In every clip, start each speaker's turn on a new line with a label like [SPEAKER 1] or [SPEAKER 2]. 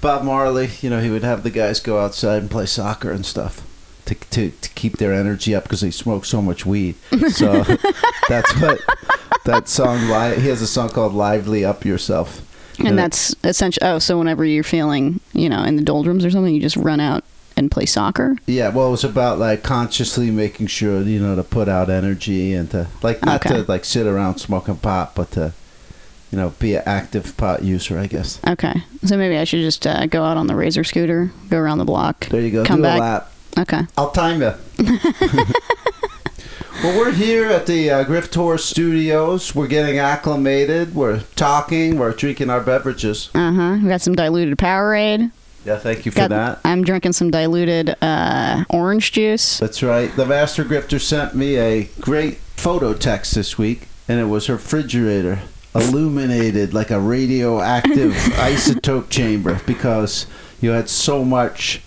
[SPEAKER 1] Bob Marley, you know, he would have the guys go outside and play soccer and stuff to to, to keep their energy up because they smoke so much weed. So that's what that song. Li- He has a song called "Lively Up Yourself,"
[SPEAKER 2] and that's essentially. Oh, so whenever you're feeling, you know, in the doldrums or something, you just run out and play soccer.
[SPEAKER 1] Yeah, well, it was about like consciously making sure you know to put out energy and to like not
[SPEAKER 2] Okay.
[SPEAKER 1] to like sit around smoking pot, but to you know be an active pot user, I guess.
[SPEAKER 2] Okay, so maybe I should just uh, go out on the razor scooter, go around the block.
[SPEAKER 1] There you go.
[SPEAKER 2] Come
[SPEAKER 1] Do
[SPEAKER 2] back.
[SPEAKER 1] a lap.
[SPEAKER 2] Okay.
[SPEAKER 1] I'll time you. well, we're here at the uh, Griff Tour Studios. We're getting acclimated. We're talking. We're drinking our beverages.
[SPEAKER 2] Uh huh. We got some diluted Powerade.
[SPEAKER 1] Yeah, thank you for
[SPEAKER 2] Got,
[SPEAKER 1] that.
[SPEAKER 2] I'm drinking some diluted uh, orange juice.
[SPEAKER 1] That's right. The Master Grifter sent me a great photo text this week, and it was her refrigerator illuminated like a radioactive isotope chamber because you had so much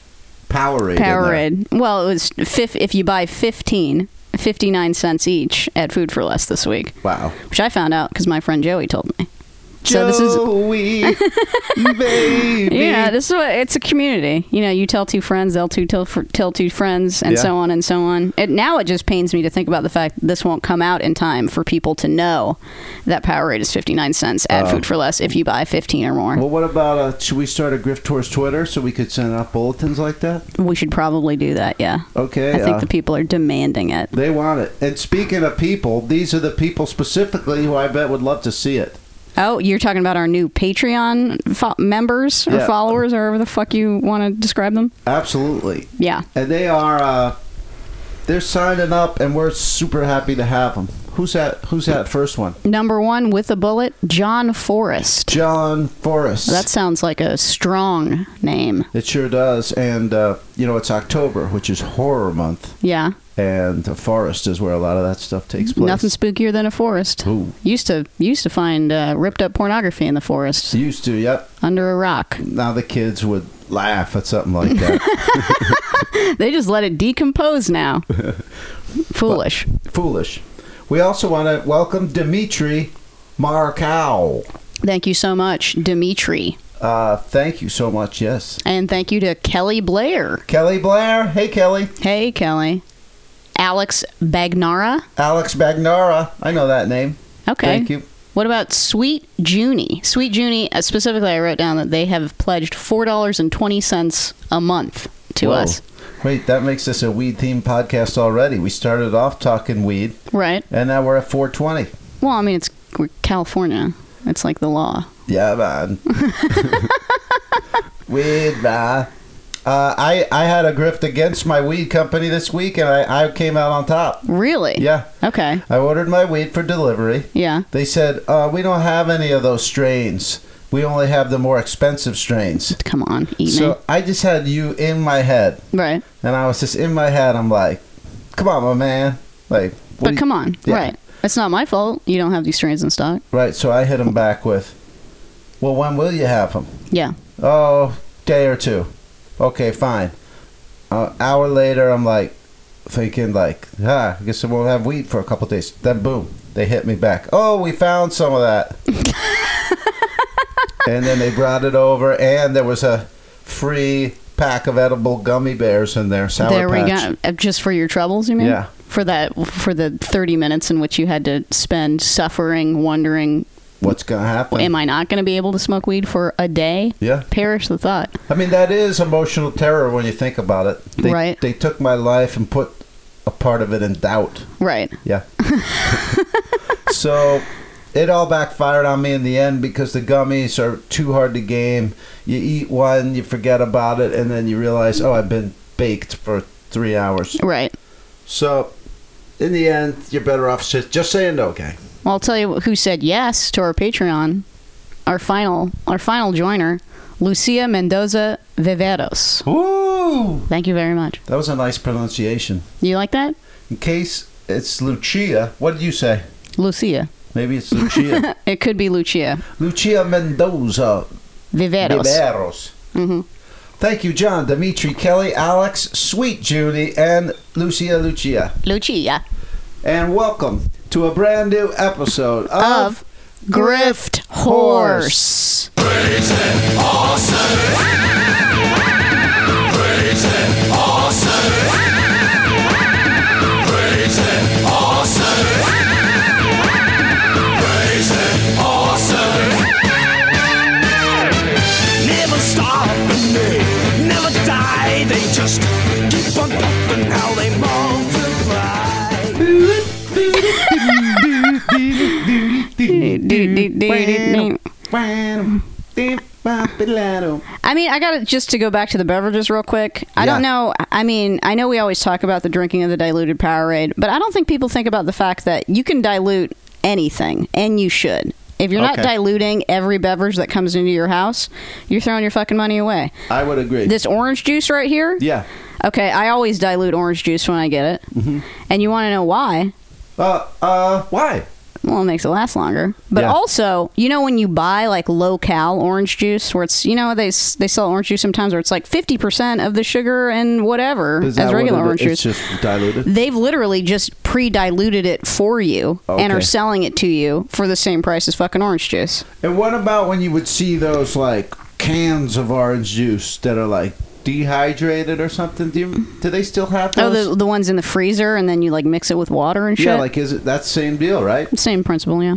[SPEAKER 1] Powerade. in there.
[SPEAKER 2] Powerade. Well, it was fif- if you buy 15, 59 cents each at Food for Less this week,
[SPEAKER 1] Wow.
[SPEAKER 2] which I found out because my friend Joey told me. So this is
[SPEAKER 1] Joey, baby.
[SPEAKER 2] yeah, this is what it's a community. You know, you tell two friends, they'll two tell, for, tell two friends, and
[SPEAKER 1] Yeah.
[SPEAKER 2] so on and so on. It, now it just pains me to think about the fact that this won't come out in time for people to know that Powerade is fifty nine cents at Food for Less if you buy fifteen or more.
[SPEAKER 1] Oh. Well, what about uh, should we start a Grift Tours Twitter so we could send out bulletins like that?
[SPEAKER 2] we should probably do that. Yeah,
[SPEAKER 1] Okay.
[SPEAKER 2] I think
[SPEAKER 1] uh,
[SPEAKER 2] the people are demanding it.
[SPEAKER 1] they want it. And speaking of people, these are the people specifically who I bet would love to see it.
[SPEAKER 2] Oh, you're talking about our new Patreon fo- members or
[SPEAKER 1] Yeah.
[SPEAKER 2] followers, or however the fuck you want to describe them.
[SPEAKER 1] Absolutely.
[SPEAKER 2] Yeah.
[SPEAKER 1] and they are uh, they're signing up, and we're super happy to have them. Who's that? Who's that first one?
[SPEAKER 2] Number one with a bullet, John Forrest.
[SPEAKER 1] John Forrest.
[SPEAKER 2] That sounds like a strong name.
[SPEAKER 1] it sure does, and uh, you know it's October, which is horror month,
[SPEAKER 2] Yeah.
[SPEAKER 1] and the forest is where a lot of that stuff takes place.
[SPEAKER 2] Nothing spookier than a forest.
[SPEAKER 1] Ooh.
[SPEAKER 2] Used to used to find uh, ripped up pornography in the forest
[SPEAKER 1] used to. Yep.
[SPEAKER 2] under a rock.
[SPEAKER 1] Now the kids would laugh at something like that.
[SPEAKER 2] They just let it decompose now. Foolish.
[SPEAKER 1] Foolish. We also want to welcome Dimitri Markow.
[SPEAKER 2] Thank you so much, Dimitri,
[SPEAKER 1] Uh, thank you so much. Yes.
[SPEAKER 2] and thank you to Kelly Blair.
[SPEAKER 1] Kelly Blair. Hey, Kelly.
[SPEAKER 2] Hey, Kelly. Alex Bagnara.
[SPEAKER 1] Alex Bagnara. I know that name.
[SPEAKER 2] Okay.
[SPEAKER 1] Thank you.
[SPEAKER 2] What about Sweet Junie? Sweet Junie, uh, specifically, I wrote down that they have pledged $4.20 a month to
[SPEAKER 1] Whoa.
[SPEAKER 2] us.
[SPEAKER 1] Wait, that makes this a weed themed podcast already. We started off talking weed,
[SPEAKER 2] Right.
[SPEAKER 1] and now we're at 420.
[SPEAKER 2] Well, I mean, it's we're California. It's like the law.
[SPEAKER 1] Yeah, man. weed, man. Uh, I I had a grift against my weed company this week, and I, I came out on top.
[SPEAKER 2] Really?
[SPEAKER 1] Yeah,
[SPEAKER 2] Okay.
[SPEAKER 1] I ordered my weed for delivery.
[SPEAKER 2] Yeah.
[SPEAKER 1] They said uh, we don't have any of those strains. We only have the more expensive strains.
[SPEAKER 2] Come on, eat
[SPEAKER 1] So I just had you in my head,
[SPEAKER 2] me. Right.
[SPEAKER 1] and I was just in my head. I'm like, come on, my man. Like, what do
[SPEAKER 2] But
[SPEAKER 1] you-
[SPEAKER 2] come on.
[SPEAKER 1] Yeah.
[SPEAKER 2] Right. It's not my fault. You don't have these strains in stock.
[SPEAKER 1] Right, so I hit him back with, "Well, when will you have him?"
[SPEAKER 2] Yeah.
[SPEAKER 1] "Oh, day or two. Okay, fine. An hour later, I'm like thinking like, "Ah, I guess I won't have weed for a couple days." Then boom, they hit me back. "Oh, we found some of that." and then they brought it over, and there was a free pack of edible gummy bears in there. Sour
[SPEAKER 2] there
[SPEAKER 1] patch.
[SPEAKER 2] we go. Uh, Just for your troubles, you mean?
[SPEAKER 1] Yeah.
[SPEAKER 2] For that, for the 30 minutes in which you had to spend suffering, wondering,
[SPEAKER 1] What's gonna happen?
[SPEAKER 2] am I not going to be able to smoke weed for a day?
[SPEAKER 1] yeah.
[SPEAKER 2] Perish the thought.
[SPEAKER 1] I mean, that is emotional terror when you think about it. They,
[SPEAKER 2] Right.
[SPEAKER 1] They took my life and put a part of it in doubt.
[SPEAKER 2] Right.
[SPEAKER 1] Yeah. so it all backfired on me in the end because the gummies are too hard to game. You eat one, you forget about it, and then you realize, oh, I've been baked for three hours.
[SPEAKER 2] Right.
[SPEAKER 1] So in the end, you're better off just, just saying no, gang.
[SPEAKER 2] Well, I'll tell you who said yes to our Patreon. Our final, our final joiner, Lucia Mendoza Viveros.
[SPEAKER 1] Woo!
[SPEAKER 2] Thank you very much.
[SPEAKER 1] That was a nice pronunciation.
[SPEAKER 2] You like that,
[SPEAKER 1] In case it's Lucia, what did you say?
[SPEAKER 2] Lucia?
[SPEAKER 1] Maybe it's Lucia.
[SPEAKER 2] It could be Lucia
[SPEAKER 1] Lucia Mendoza
[SPEAKER 2] Viveros.
[SPEAKER 1] Viveros.
[SPEAKER 2] Mhm.
[SPEAKER 1] Thank you, John, Dimitri, Kelly, Alex, Sweet Judy, and Lucia Lucia.
[SPEAKER 2] Lucia
[SPEAKER 1] And welcome to a brand new episode of,
[SPEAKER 2] of Grift Horse.
[SPEAKER 3] Crazy, awesome. harmony. Never die, they just keep on popping how they multiply.
[SPEAKER 2] I mean, I got to just to go back to the beverages real quick. I don't
[SPEAKER 1] Yeah.
[SPEAKER 2] know. I mean, I know we always talk about the drinking of the diluted Powerade, but I don't think people think about the fact that you can dilute anything, and you should. If you're not
[SPEAKER 1] Okay.
[SPEAKER 2] diluting every beverage that comes into your house, you're throwing your fucking money away.
[SPEAKER 1] I would agree.
[SPEAKER 2] This orange juice right here.
[SPEAKER 1] yeah. Mm-hmm.
[SPEAKER 2] Okay, I always dilute orange juice when I get it. And you want to know why?
[SPEAKER 1] Uh, uh, why?
[SPEAKER 2] Well, it makes it last longer. But
[SPEAKER 1] Yeah.
[SPEAKER 2] also, you know, when you buy like low cal orange juice, where it's you know they s- they sell orange juice sometimes where it's like fifty percent of the sugar and whatever
[SPEAKER 1] Is that
[SPEAKER 2] as
[SPEAKER 1] what
[SPEAKER 2] regular
[SPEAKER 1] it-
[SPEAKER 2] orange
[SPEAKER 1] It's
[SPEAKER 2] juice.
[SPEAKER 1] just diluted.
[SPEAKER 2] They've literally just pre diluted it for you and are
[SPEAKER 1] Okay.
[SPEAKER 2] selling it to you for the same price as fucking orange juice.
[SPEAKER 1] And what about when you would see those like cans of orange juice that are like dehydrated or something? Do you, do they still have
[SPEAKER 2] Oh,
[SPEAKER 1] those?
[SPEAKER 2] the the ones in the freezer and then you like mix it with water and shit.
[SPEAKER 1] yeah, like is it that same deal, right?
[SPEAKER 2] same principle, yeah.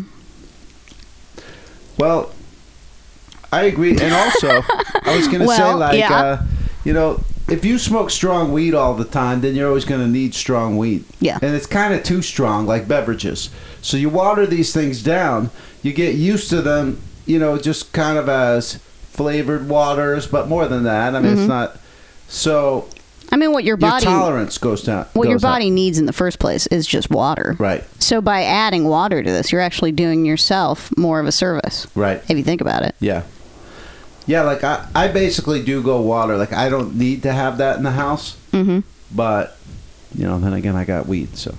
[SPEAKER 1] Well, I agree, and also I was going to say
[SPEAKER 2] Well,
[SPEAKER 1] like,
[SPEAKER 2] yeah.
[SPEAKER 1] uh, you know, if you smoke strong weed all the time, then you're always going to need strong weed.
[SPEAKER 2] Yeah.
[SPEAKER 1] and it's kind of too strong, like beverages. So you water these things down, you get used to them, you know, just kind of as flavored waters, but more than that. I mean, it's not so
[SPEAKER 2] I mean, what your Mm-hmm. body
[SPEAKER 1] your tolerance goes down.
[SPEAKER 2] what your
[SPEAKER 1] goes up.
[SPEAKER 2] body needs in the first place is just water.
[SPEAKER 1] right,
[SPEAKER 2] So by adding water to this, you're actually doing yourself more of a service.
[SPEAKER 1] right.
[SPEAKER 2] If you think about it.
[SPEAKER 1] Yeah. Yeah, like I, I basically do go water. Like I don't need to have that in the house.
[SPEAKER 2] Mhm.
[SPEAKER 1] But you know, then again, I got weed. So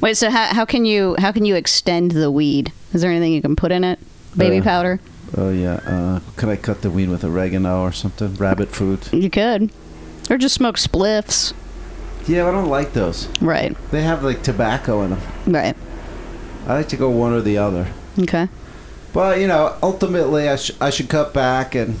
[SPEAKER 2] Wait, so how, how can you how can you extend the weed? Is there anything you can put in it? Baby
[SPEAKER 1] Uh,
[SPEAKER 2] powder?
[SPEAKER 1] oh yeah, uh, could I cut the weed with oregano or something? Rabbit food?
[SPEAKER 2] You could. Or just smoke spliffs.
[SPEAKER 1] Yeah, I don't like those.
[SPEAKER 2] Right.
[SPEAKER 1] They have like tobacco in them.
[SPEAKER 2] Right.
[SPEAKER 1] I like to go one or the other.
[SPEAKER 2] Okay.
[SPEAKER 1] But you know, ultimately, I, sh- I should cut back and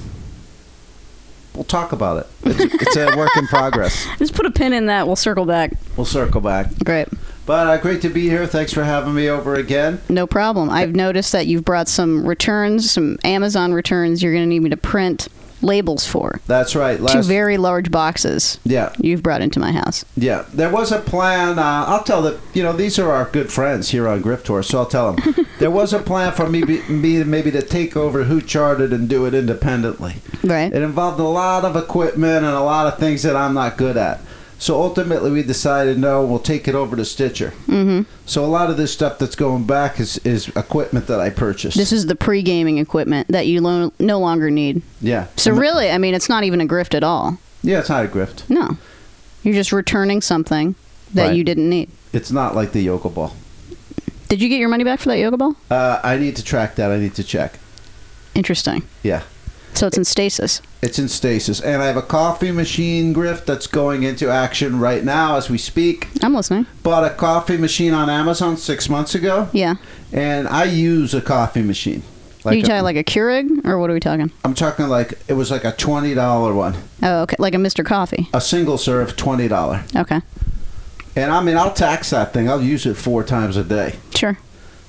[SPEAKER 1] we'll talk about it. It's, it's a work in progress.
[SPEAKER 2] Just put a pin in that. We'll circle back.
[SPEAKER 1] We'll circle back.
[SPEAKER 2] Great.
[SPEAKER 1] But uh, great to be here. Thanks for having me over again.
[SPEAKER 2] No problem. I've noticed that you've brought some returns, some Amazon returns you're going to need me to print labels for.
[SPEAKER 1] That's right.
[SPEAKER 2] Two
[SPEAKER 1] Last
[SPEAKER 2] very large boxes
[SPEAKER 1] yeah.
[SPEAKER 2] you've brought into my house.
[SPEAKER 1] Yeah, there was a plan. Uh, I'll tell the you know these are our good friends here on Griff Tour, so I'll tell them there was a plan for me, be, me maybe to take over Who Charted and do it independently.
[SPEAKER 2] Right.
[SPEAKER 1] It involved a lot of equipment and a lot of things that I'm not good at. So ultimately, we decided no, we'll take it over to Stitcher. Mm-hmm. So a lot of this stuff that's going back is is equipment that I purchased.
[SPEAKER 2] This is the pre gaming equipment that you lo- no longer need.
[SPEAKER 1] yeah,
[SPEAKER 2] So, really, I mean, it's not even a grift at all.
[SPEAKER 1] yeah, it's not a grift.
[SPEAKER 2] No. You're just returning something that
[SPEAKER 1] Right.
[SPEAKER 2] you didn't need.
[SPEAKER 1] It's not like the yoga ball.
[SPEAKER 2] Did you get your money back for that yoga ball?
[SPEAKER 1] Uh, I need to track that. I need to check.
[SPEAKER 2] Interesting.
[SPEAKER 1] Yeah.
[SPEAKER 2] So, it's in stasis.
[SPEAKER 1] It's in stasis. And I have a coffee machine grift that's going into action right now as we speak.
[SPEAKER 2] I'm listening.
[SPEAKER 1] Bought a coffee machine on Amazon six months ago,
[SPEAKER 2] Yeah.
[SPEAKER 1] and I use a coffee machine. Like
[SPEAKER 2] you
[SPEAKER 1] a-
[SPEAKER 2] talking like a Keurig, or what are we talking?
[SPEAKER 1] I'm talking like it was like a twenty dollar one,
[SPEAKER 2] Oh, okay. Like a Mr. Coffee.
[SPEAKER 1] a single serve twenty dollar.
[SPEAKER 2] Okay.
[SPEAKER 1] And I mean, I'll tax that thing. I'll use it four times a day.
[SPEAKER 2] Sure.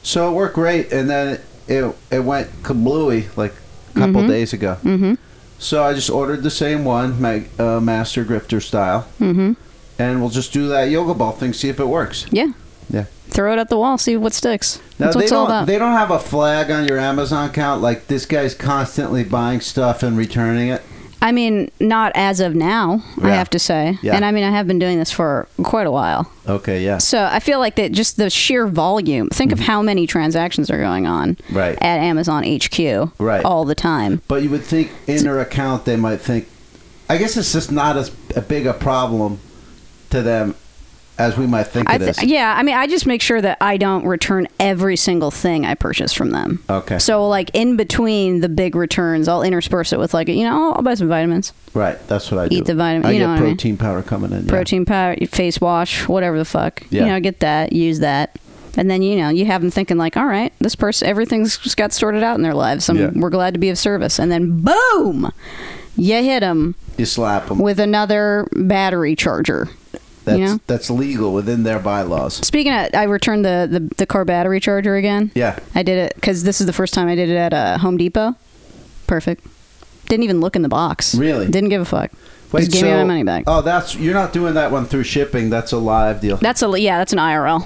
[SPEAKER 1] So it worked great, and then it it went kablooey like a couple days ago. Mm-hmm. So I just ordered the same one, ma- uh, Master Grifter style,
[SPEAKER 2] Mm hmm.
[SPEAKER 1] and we'll just do that yoga ball thing, see if it works.
[SPEAKER 2] Yeah.
[SPEAKER 1] Yeah.
[SPEAKER 2] Throw it at the wall, see what sticks.
[SPEAKER 1] Now,
[SPEAKER 2] That's
[SPEAKER 1] they
[SPEAKER 2] what it's
[SPEAKER 1] don't,
[SPEAKER 2] all about.
[SPEAKER 1] They don't have a flag on your Amazon account. Like this guy's constantly buying stuff and returning it.
[SPEAKER 2] I mean, not as of now, I
[SPEAKER 1] Yeah.
[SPEAKER 2] have to say.
[SPEAKER 1] Yeah.
[SPEAKER 2] And I mean, I have been doing this for quite a while.
[SPEAKER 1] Okay, yeah,
[SPEAKER 2] So I feel like that just the sheer volume. Think of how many transactions are going on
[SPEAKER 1] Mm-hmm. Right.
[SPEAKER 2] at Amazon HQ
[SPEAKER 1] Right.
[SPEAKER 2] all the time.
[SPEAKER 1] but you would think in their account they might think. I guess it's just not as a big a problem to them as we might think
[SPEAKER 2] I
[SPEAKER 1] it is.
[SPEAKER 2] th- yeah, I mean, I just make sure that I don't return every single thing I purchase from them.
[SPEAKER 1] Okay.
[SPEAKER 2] So like in between the big returns, I'll intersperse it with like you know I'll, I'll buy some vitamins,
[SPEAKER 1] Right, that's what I do.
[SPEAKER 2] Eat the vitamin-
[SPEAKER 1] I
[SPEAKER 2] you
[SPEAKER 1] get
[SPEAKER 2] know what I mean.
[SPEAKER 1] protein powder coming in. yeah.
[SPEAKER 2] protein powder, face wash, whatever the fuck.
[SPEAKER 1] Yeah.
[SPEAKER 2] You know, get that, use that. And then you know you have them thinking like, all right, this person, everything's just got sorted out in their lives. and
[SPEAKER 1] Yeah.
[SPEAKER 2] We're glad to be of service. And then boom, you hit them
[SPEAKER 1] You slap them.
[SPEAKER 2] with another battery charger.
[SPEAKER 1] that's
[SPEAKER 2] you know?
[SPEAKER 1] that's legal within their bylaws.
[SPEAKER 2] Speaking of, I returned the, the, the car battery charger again.
[SPEAKER 1] Yeah.
[SPEAKER 2] I did it because this is the first time I did it at uh, Home Depot. Perfect. Didn't even look in the box.
[SPEAKER 1] Really?
[SPEAKER 2] Didn't give a fuck. Just gave me my money back.
[SPEAKER 1] Oh, that's you're not doing that one through shipping. That's a live deal.
[SPEAKER 2] That's a yeah. That's an IRL.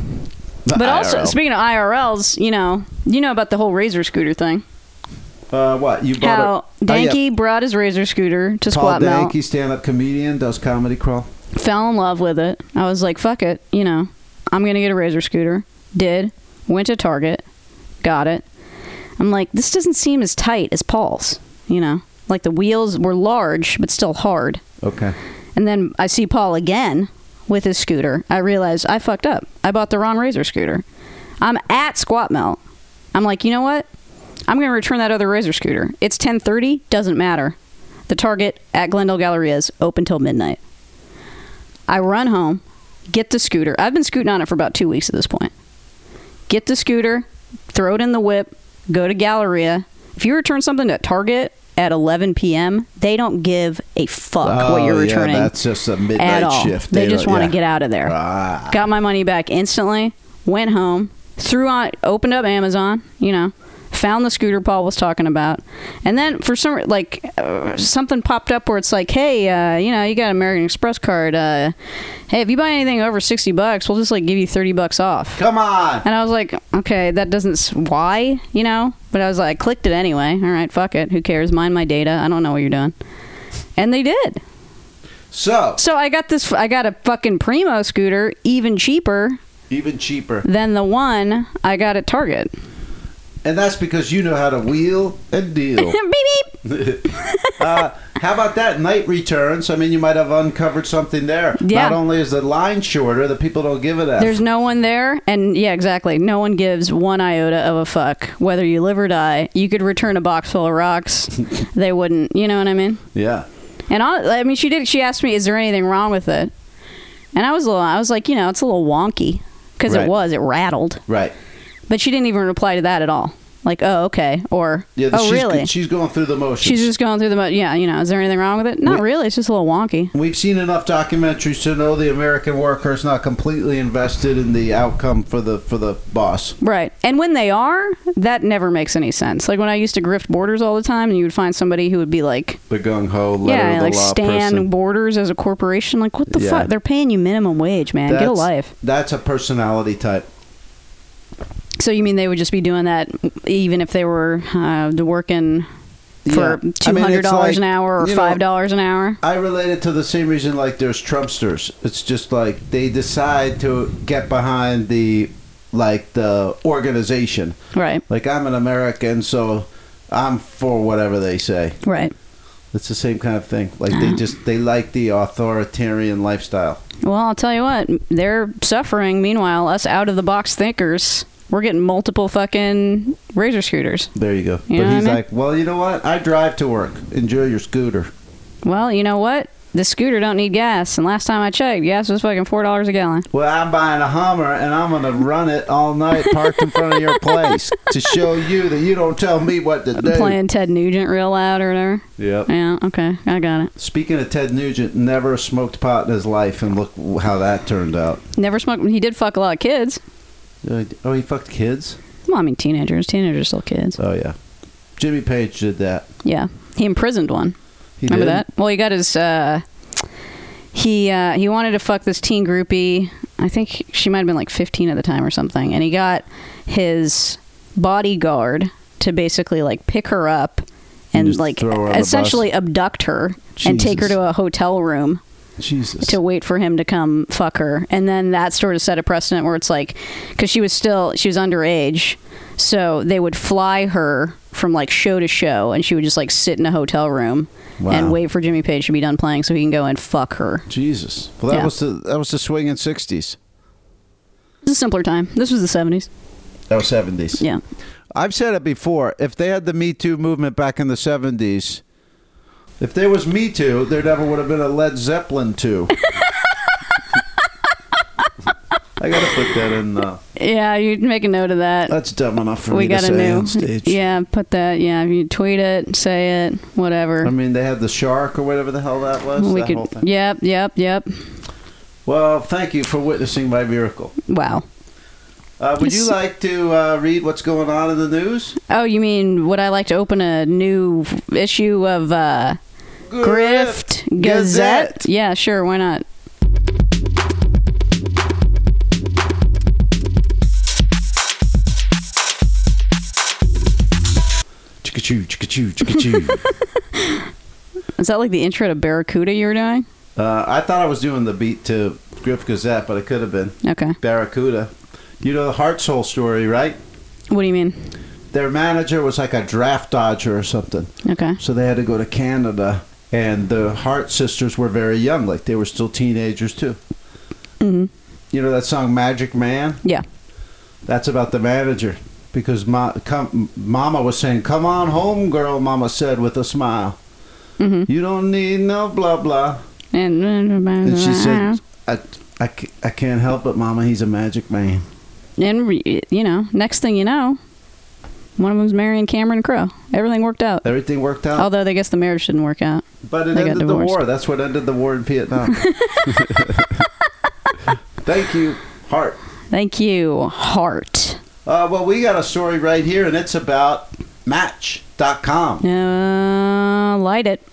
[SPEAKER 1] The
[SPEAKER 2] But also
[SPEAKER 1] IRL.
[SPEAKER 2] speaking of IRLs, you know, you know about the whole razor scooter thing.
[SPEAKER 1] uh, what you bought?
[SPEAKER 2] How
[SPEAKER 1] a,
[SPEAKER 2] Danke
[SPEAKER 1] oh, yeah.
[SPEAKER 2] brought his razor scooter to
[SPEAKER 1] Paul
[SPEAKER 2] Squat Melt.
[SPEAKER 1] Danke, stand-up comedian, does comedy crawl.
[SPEAKER 2] fell in love with it. I was like, fuck it, you know, I'm gonna get a razor scooter. Did. Went to Target, got it. I'm like, this doesn't seem as tight as Paul's, you know. Like the wheels were large but still hard.
[SPEAKER 1] Okay.
[SPEAKER 2] And then I see Paul again with his scooter. I realize I fucked up. I bought the wrong razor scooter. I'm at Squat Melt. I'm like, you know what? I'm gonna return that other razor scooter. It's 10:30. Doesn't matter. The Target at Glendale Galleria is open till midnight. I run home, get the scooter. I've been scooting on it for about two weeks at this point. Get the scooter, throw it in the whip, go to Galleria. If you return something at Target at 11 p.m., they don't give a fuck what
[SPEAKER 1] Oh,
[SPEAKER 2] you're
[SPEAKER 1] yeah,
[SPEAKER 2] returning
[SPEAKER 1] that's just a midnight
[SPEAKER 2] at all.
[SPEAKER 1] shift.
[SPEAKER 2] They,
[SPEAKER 1] They
[SPEAKER 2] just
[SPEAKER 1] don't-
[SPEAKER 2] want to
[SPEAKER 1] yeah.
[SPEAKER 2] get out of there.
[SPEAKER 1] Ah.
[SPEAKER 2] Got my money back instantly. Went home, threw on, opened up Amazon. You know, found the scooter Paul was talking about, and then for some re- like uh, something popped up where it's like, hey, uh, you know, you got an American Express card. Uh, hey, if you buy anything over sixty bucks, we'll just like give you thirty bucks off.
[SPEAKER 1] Come on.
[SPEAKER 2] And I was like, okay, that doesn't s- why, you know. But I was like, I clicked it anyway. All right, fuck it. Who cares? Mind my data. I don't know what you're doing. And they did.
[SPEAKER 1] So
[SPEAKER 2] So I got this. I got a fucking Primo scooter, even cheaper
[SPEAKER 1] even cheaper,
[SPEAKER 2] than the one I got at Target.
[SPEAKER 1] and that's because you know how to wheel and deal.
[SPEAKER 2] Beep beep.
[SPEAKER 1] uh, how about that night returns? I mean, you might have uncovered something there.
[SPEAKER 2] Yeah.
[SPEAKER 1] Not only is the line shorter, the people don't give it up.
[SPEAKER 2] There's no one there, and yeah, exactly. No one gives one iota of a fuck whether you live or die. You could return a box full of rocks, they wouldn't. You know what I mean?
[SPEAKER 1] yeah.
[SPEAKER 2] And hon- I mean, she did. She asked me, "Is there anything wrong with it?" And I was a little. I was like, you know, it's a little wonky because
[SPEAKER 1] Right.
[SPEAKER 2] it was. It rattled,
[SPEAKER 1] Right.
[SPEAKER 2] but she didn't even reply to that at all. Like, oh, okay, or
[SPEAKER 1] Yeah.
[SPEAKER 2] oh,
[SPEAKER 1] she's,
[SPEAKER 2] really?
[SPEAKER 1] She's going through the motions.
[SPEAKER 2] She's just going through the mo- yeah, you know. Is there anything wrong with it? Not really. It's just a little wonky.
[SPEAKER 1] We've seen enough documentaries to know the American worker is not completely invested in the outcome for the for the boss.
[SPEAKER 2] Right. And when they are, that never makes any sense. Like when I used to grift borders all the time, and you would find somebody who would be like,
[SPEAKER 1] The gung ho letter of
[SPEAKER 2] yeah,
[SPEAKER 1] the
[SPEAKER 2] like
[SPEAKER 1] law
[SPEAKER 2] stand
[SPEAKER 1] person.
[SPEAKER 2] borders as a corporation. Like what the
[SPEAKER 1] Yeah.
[SPEAKER 2] fuck? They're paying you minimum wage, man. Get a
[SPEAKER 1] That's-
[SPEAKER 2] life.
[SPEAKER 1] That's a personality type.
[SPEAKER 2] So you mean they would just be doing that even if they were uh, working for
[SPEAKER 1] Yeah. I
[SPEAKER 2] two
[SPEAKER 1] mean,
[SPEAKER 2] hundred
[SPEAKER 1] it's
[SPEAKER 2] dollars
[SPEAKER 1] like,
[SPEAKER 2] an hour or
[SPEAKER 1] you know,
[SPEAKER 2] five dollars an hour?
[SPEAKER 1] I relate it to the same reason like there's Trumpsters. It's just like they decide to get behind the like the organization.
[SPEAKER 2] Right.
[SPEAKER 1] Like I'm an American, so I'm for whatever they say.
[SPEAKER 2] Right.
[SPEAKER 1] It's the same kind of thing. Like
[SPEAKER 2] Uh-huh.
[SPEAKER 1] they just they like the authoritarian lifestyle.
[SPEAKER 2] Well, I'll tell you what, they're suffering. Meanwhile, us out of the box thinkers, we're getting multiple fucking razor scooters.
[SPEAKER 1] There you go. but
[SPEAKER 2] You know what I
[SPEAKER 1] he's
[SPEAKER 2] mean?
[SPEAKER 1] like, well, you know what? I drive to work. Enjoy your scooter.
[SPEAKER 2] Well, you know what? The scooter don't need gas, and last time I checked, gas was fucking four dollars a gallon.
[SPEAKER 1] Well, I'm buying a Hummer and I'm gonna run it all night, parked in front of your place, to show you that you don't tell me what to do.
[SPEAKER 2] Playing Ted Nugent real loud or whatever.
[SPEAKER 1] Yep.
[SPEAKER 2] Yeah, okay, I got it.
[SPEAKER 1] Speaking of Ted Nugent, never smoked pot in his life, and look how that turned out.
[SPEAKER 2] Never smoked. He did fuck a lot of kids.
[SPEAKER 1] Oh, he fucked kids.
[SPEAKER 2] Well, I mean teenagers. Teenagers are still kids.
[SPEAKER 1] Oh yeah, Jimmy Page did that.
[SPEAKER 2] Yeah, he imprisoned one.
[SPEAKER 1] He
[SPEAKER 2] Remember
[SPEAKER 1] did?
[SPEAKER 2] that? Well, he got his. Uh, he uh, he wanted to fuck this teen groupie. I think she might have been like 15 at the time or something, and he got his bodyguard to basically like pick her up and,
[SPEAKER 1] just
[SPEAKER 2] like
[SPEAKER 1] throw her on the bus.
[SPEAKER 2] essentially abduct her and take her
[SPEAKER 1] Jesus.
[SPEAKER 2] to a hotel room
[SPEAKER 1] Jesus.
[SPEAKER 2] to wait for him to come fuck her and then that sort of set a precedent where it's like because she was still she was underage so they would fly her from like show to show and she would just like sit in a hotel room
[SPEAKER 1] Wow.
[SPEAKER 2] and wait for jimmy page to be done playing so he can go and fuck her
[SPEAKER 1] Jesus. Well, that
[SPEAKER 2] Yeah.
[SPEAKER 1] was the that was the swinging '60s.
[SPEAKER 2] it's a simpler time this was the 70s
[SPEAKER 1] That was '70s.
[SPEAKER 2] yeah
[SPEAKER 1] I've said it before. If they had the Me Too movement back in the '70s, if there was Me Too, there never would have been a Led Zeppelin two. I gotta put that in. Uh,
[SPEAKER 2] yeah you make a note of that
[SPEAKER 1] that's dumb enough for me
[SPEAKER 2] we
[SPEAKER 1] to
[SPEAKER 2] got a
[SPEAKER 1] say
[SPEAKER 2] new
[SPEAKER 1] on stage.
[SPEAKER 2] yeah put that yeah you tweet it say it whatever
[SPEAKER 1] I mean, they had the shark or whatever the hell that was.
[SPEAKER 2] we
[SPEAKER 1] that
[SPEAKER 2] could
[SPEAKER 1] whole thing.
[SPEAKER 2] yep yep yep
[SPEAKER 1] Well, thank you for witnessing my miracle.
[SPEAKER 2] wow
[SPEAKER 1] Uh, would you like to uh, read what's going on in the news?
[SPEAKER 2] Oh, you mean would I like to open a new issue of uh, Grift Gazette?
[SPEAKER 1] Gazette.
[SPEAKER 2] Yeah, sure. Why not?
[SPEAKER 1] Chicka-choo, chicka-choo, chicka-choo.
[SPEAKER 2] Is that like the intro to Barracuda you were doing?
[SPEAKER 1] uh, I thought I was doing the beat to Griff Gazette, but it could have been
[SPEAKER 2] Okay.
[SPEAKER 1] Barracuda. You know the Hart's whole story, right?
[SPEAKER 2] What do you mean?
[SPEAKER 1] Their manager was like a draft dodger or something.
[SPEAKER 2] Okay.
[SPEAKER 1] So they had to go to Canada, and the Hart sisters were very young, like they were still teenagers too.
[SPEAKER 2] Mhm.
[SPEAKER 1] You know that song Magic Man?
[SPEAKER 2] Yeah.
[SPEAKER 1] That's about the manager because ma- come, Mama was saying, "Come on home, girl," Mama said with a smile.
[SPEAKER 2] Mhm.
[SPEAKER 1] You don't need no blah blah.
[SPEAKER 2] And,
[SPEAKER 1] And she said, I, I, ca- I can't help it, Mama. He's a magic man.
[SPEAKER 2] and re- you know, next thing you know, one of them's marrying Cameron Crowe. Everything worked out.
[SPEAKER 1] Everything worked out.
[SPEAKER 2] Although they guess the marriage didn't work out.
[SPEAKER 1] But it
[SPEAKER 2] They got
[SPEAKER 1] ended the
[SPEAKER 2] divorced.
[SPEAKER 1] war. That's what ended the war in Vietnam. Thank you, Hart.
[SPEAKER 2] Thank you, Heart.
[SPEAKER 1] Uh, well, we got a story right here, and it's about Match.com.
[SPEAKER 2] Uh, light it.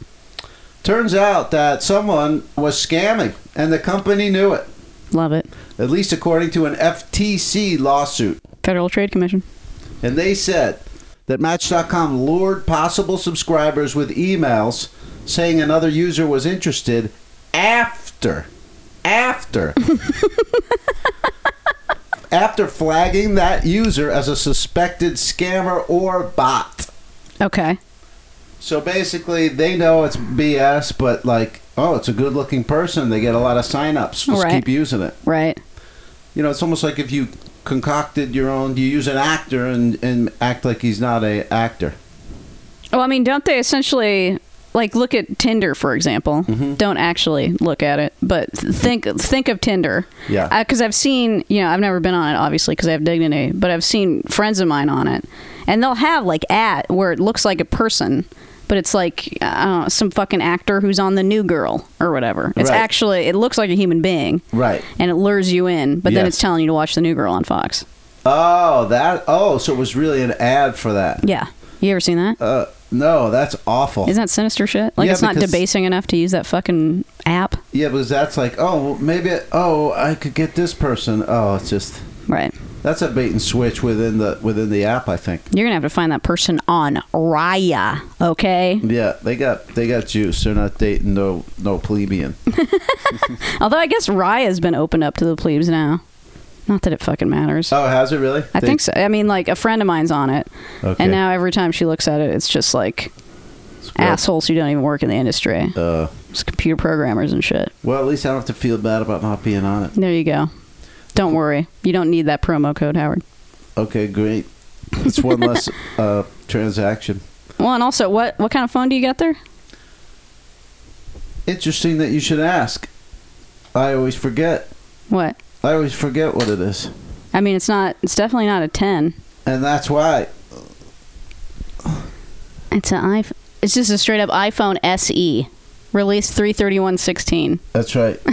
[SPEAKER 1] Turns out that someone was scamming, and the company knew it,
[SPEAKER 2] Love it.
[SPEAKER 1] at least according to an FTC lawsuit.
[SPEAKER 2] Federal Trade Commission.
[SPEAKER 1] and they said that Match.com lured possible subscribers with emails saying another user was interested after, after, after flagging that user as a suspected scammer or bot.
[SPEAKER 2] Okay.
[SPEAKER 1] So basically, they know it's BS, but like, oh, it's a good-looking person. They get a lot of sign-ups. Let's
[SPEAKER 2] Right.
[SPEAKER 1] keep using it.
[SPEAKER 2] Right.
[SPEAKER 1] You know, it's almost like if you concocted your own. You use an actor and and act like he's not a actor.
[SPEAKER 2] Well, I mean, don't they essentially like look at Tinder for example?
[SPEAKER 1] Mm-hmm.
[SPEAKER 2] Don't actually look at it, but think think of Tinder.
[SPEAKER 1] Yeah.
[SPEAKER 2] Because I've seen, you know, I've never been on it obviously because I have dignity, but I've seen friends of mine on it, and they'll have like at where it looks like a person. But it's like I don't know, some fucking actor who's on the New Girl or whatever. It's
[SPEAKER 1] Right.
[SPEAKER 2] actually it looks like a human being,
[SPEAKER 1] Right.
[SPEAKER 2] and it lures you in. But then
[SPEAKER 1] Yes.
[SPEAKER 2] it's telling you to watch the New Girl on Fox.
[SPEAKER 1] Oh, that. Oh, so it was really an ad for that.
[SPEAKER 2] Yeah, you ever seen that?
[SPEAKER 1] Uh, no, that's awful.
[SPEAKER 2] Isn't that sinister shit? Like
[SPEAKER 1] Yeah,
[SPEAKER 2] it's not
[SPEAKER 1] because-
[SPEAKER 2] debasing enough to use that fucking app,
[SPEAKER 1] yeah, because that's like, oh, maybe. Oh, I could get this person. Oh, it's just
[SPEAKER 2] right?
[SPEAKER 1] that's a bait and switch within the within the app. I think.
[SPEAKER 2] You're gonna have to find that person on Raya, okay?
[SPEAKER 1] Yeah, they got they got juice. They're not dating no no plebeian.
[SPEAKER 2] Although I guess Raya has been opened up to the plebes now. Not that it fucking matters.
[SPEAKER 1] Oh, has it really?
[SPEAKER 2] I
[SPEAKER 1] They-
[SPEAKER 2] think so. I mean, like a friend of mine's on it,
[SPEAKER 1] Okay.
[SPEAKER 2] and now every time she looks at it, it's just like
[SPEAKER 1] Well,
[SPEAKER 2] assholes who don't even work in the industry,
[SPEAKER 1] Uh,
[SPEAKER 2] just computer programmers and shit.
[SPEAKER 1] well, at least I don't have to feel bad about not being on it.
[SPEAKER 2] There you go. Don't worry, you don't need that promo code, Howard.
[SPEAKER 1] Okay, great. It's one less uh, transaction.
[SPEAKER 2] Well, and also, what what kind of phone do you got there?
[SPEAKER 1] Interesting that you should ask. I always forget.
[SPEAKER 2] What?
[SPEAKER 1] I always forget what it is.
[SPEAKER 2] I mean, it's not. It's definitely not a ten.
[SPEAKER 1] And that's why.
[SPEAKER 2] It's an iPhone. It's just a straight up iPhone SE, released three thirty one sixteen.
[SPEAKER 1] That's right.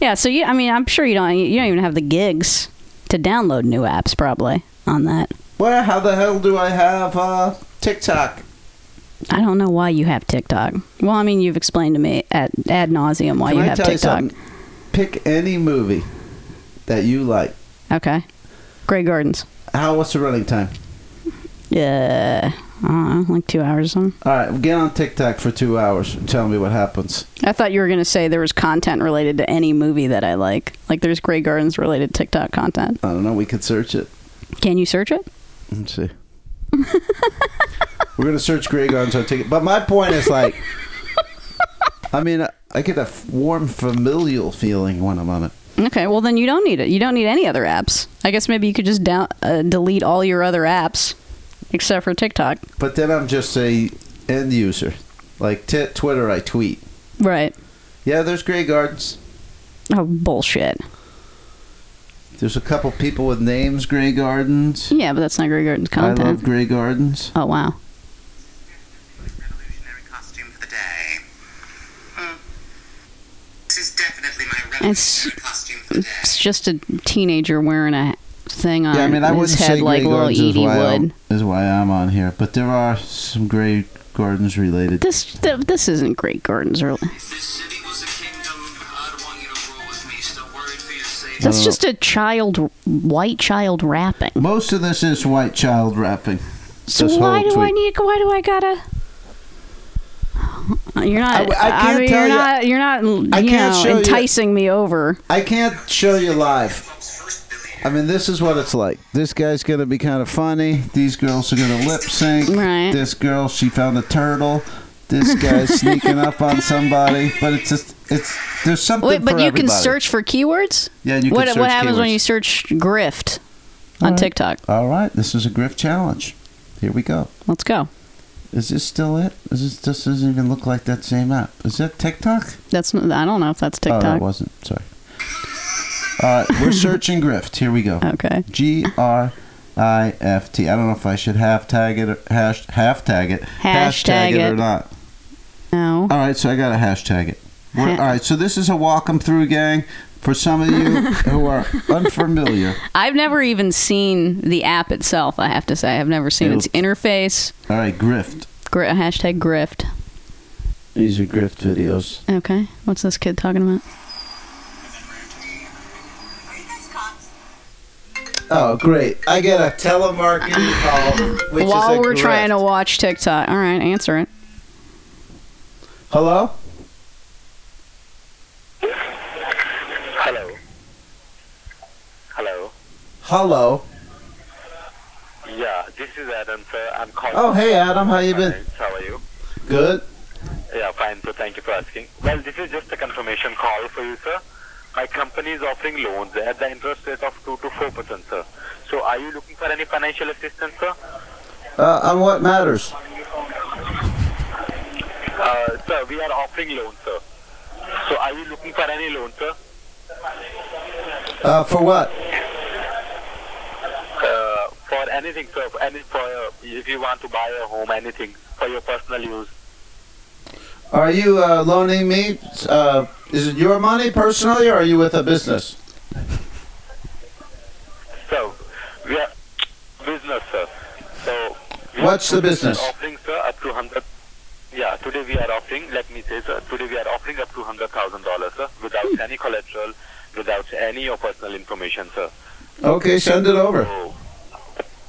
[SPEAKER 2] Yeah, so you. I mean, I'm sure you don't. You don't even have the gigs to download new apps, probably on that.
[SPEAKER 1] well, how the hell do I have uh, TikTok?
[SPEAKER 2] I don't know why you have TikTok. Well, I mean, you've explained to me at ad nauseum why
[SPEAKER 1] Can
[SPEAKER 2] Oh, you
[SPEAKER 1] I
[SPEAKER 2] have
[SPEAKER 1] tell you
[SPEAKER 2] TikTok.
[SPEAKER 1] something? Pick any movie that you like.
[SPEAKER 2] okay, Grey Gardens.
[SPEAKER 1] How? What's the running time?
[SPEAKER 2] Yeah, I don't know, like two hours or something.
[SPEAKER 1] All right, get on TikTok for two hours and tell me what happens.
[SPEAKER 2] I thought you were gonna say there was content related to any movie that I like. Like there's Grey Gardens related TikTok content.
[SPEAKER 1] I don't know. We could search it.
[SPEAKER 2] Can you search it?
[SPEAKER 1] Let's see. We're gonna search Grey Gardens on TikTok. But my point is like, I mean, I get a f- warm familial feeling when I'm on it.
[SPEAKER 2] Okay, well then you don't need it. You don't need any other apps. I guess maybe you could just down, uh, delete all your other apps except for TikTok.
[SPEAKER 1] But then I'm just a end user. Like t- Twitter, I tweet.
[SPEAKER 2] Right.
[SPEAKER 1] Yeah, there's Grey Gardens.
[SPEAKER 2] Oh bullshit.
[SPEAKER 1] There's a couple people with names Grey Gardens.
[SPEAKER 2] Yeah, but that's not Grey Garden's content.
[SPEAKER 1] I love Grey Gardens.
[SPEAKER 2] oh wow.
[SPEAKER 4] revolutionary costume for the day. This is definitely my
[SPEAKER 2] It's
[SPEAKER 4] revolutionary costume for
[SPEAKER 2] it's just a teenager wearing a thing on
[SPEAKER 1] Yeah, I mean, I
[SPEAKER 2] his
[SPEAKER 1] wouldn't
[SPEAKER 2] head
[SPEAKER 1] say
[SPEAKER 2] like
[SPEAKER 1] Grey
[SPEAKER 2] little
[SPEAKER 1] Gardens is
[SPEAKER 2] Edie
[SPEAKER 1] why,
[SPEAKER 2] would.
[SPEAKER 1] I'm, is why I'm on here, but there are some Grey Gardens related.
[SPEAKER 2] This th- this isn't Great Gardens, really.
[SPEAKER 4] If this city was a kingdom, I'd want you to rule with me, so worried for your safety.
[SPEAKER 2] That's just a child, white child rapping.
[SPEAKER 1] Most of this is white child rapping.
[SPEAKER 2] So
[SPEAKER 1] this
[SPEAKER 2] why
[SPEAKER 1] whole
[SPEAKER 2] do I
[SPEAKER 1] tweet.
[SPEAKER 2] need? Why do I gotta? You're not.
[SPEAKER 1] I- I can't
[SPEAKER 2] mean,
[SPEAKER 1] tell you-
[SPEAKER 2] you're not. You're not. You
[SPEAKER 1] I can't show
[SPEAKER 2] know,
[SPEAKER 1] you-
[SPEAKER 2] enticing me over.
[SPEAKER 1] I can't show you live. I mean, this is what it's like. This guy's gonna be kind of funny. These girls are gonna lip sync.
[SPEAKER 2] Right.
[SPEAKER 1] This girl, she found a turtle. This guy's sneaking up on somebody. But it's just, it's there's something.
[SPEAKER 2] Wait, but
[SPEAKER 1] for
[SPEAKER 2] you can
[SPEAKER 1] everybody.
[SPEAKER 2] search for keywords.
[SPEAKER 1] Yeah, you can
[SPEAKER 2] what
[SPEAKER 1] search
[SPEAKER 2] what happens when
[SPEAKER 1] keywords.
[SPEAKER 2] you search grift on
[SPEAKER 1] Alright.
[SPEAKER 2] TikTok?
[SPEAKER 1] All right, this is a grift challenge. Here we go.
[SPEAKER 2] Let's go.
[SPEAKER 1] Is this still it? Is this this doesn't even look like that same app? Is that TikTok?
[SPEAKER 2] That's n- I don't know if that's
[SPEAKER 1] Oh,
[SPEAKER 2] TikTok.
[SPEAKER 1] that wasn't. Sorry. Uh, we're searching grift. Here we go.
[SPEAKER 2] okay.
[SPEAKER 1] G R I F T. I don't know if I should half tag it or hash half tag it,
[SPEAKER 2] Hashtag
[SPEAKER 1] or
[SPEAKER 2] it.
[SPEAKER 1] not.
[SPEAKER 2] No.
[SPEAKER 1] All right, so I got to hashtag it. We're, all
[SPEAKER 2] Ha-
[SPEAKER 1] right, so this is a walk 'em through gang for some of you who are unfamiliar.
[SPEAKER 2] I've never even seen the app itself. I have to say, I've never seen its
[SPEAKER 1] It'll-
[SPEAKER 2] interface.
[SPEAKER 1] All right, grift.
[SPEAKER 2] Gri- hashtag grift.
[SPEAKER 1] These are grift videos.
[SPEAKER 2] Okay. What's this kid talking about?
[SPEAKER 1] Oh, great! I get a telemarketing call. Which
[SPEAKER 2] While we're trying to watch TikTok. All right, answer it.
[SPEAKER 1] Hello.
[SPEAKER 5] Hello. Hello.
[SPEAKER 1] Hello.
[SPEAKER 5] Yeah, this is Adam, sir. I'm calling.
[SPEAKER 1] Oh, hey Adam, how you been?
[SPEAKER 5] Thanks, How are you?
[SPEAKER 1] Good.
[SPEAKER 5] Yeah, fine, sir. Thank you for asking. Well, this is just a confirmation call for you, sir. My company is offering loans at the interest rate of 2 to 4%, sir. So, are you looking for any financial assistance, sir?
[SPEAKER 1] Uh, on what matters?
[SPEAKER 5] Uh, sir, we are offering loans, sir. So, are you looking for any loan, sir?
[SPEAKER 1] Uh, for what?
[SPEAKER 5] Uh, for anything, sir. For any, for uh, if you want to buy a home, anything for your personal use.
[SPEAKER 1] Are you uh, loaning me? Uh, is it your money personally, or are you with a business?
[SPEAKER 5] So, we are business, sir. So, we
[SPEAKER 1] What's
[SPEAKER 5] are
[SPEAKER 1] the business?
[SPEAKER 5] Offering, sir, up to hundred. Yeah, today we are offering. Let me say, sir, today we are offering up to hundred thousand dollars, sir, without
[SPEAKER 1] Hmm.
[SPEAKER 5] any collateral, without any of personal information, sir.
[SPEAKER 1] Okay, send it over.
[SPEAKER 5] So,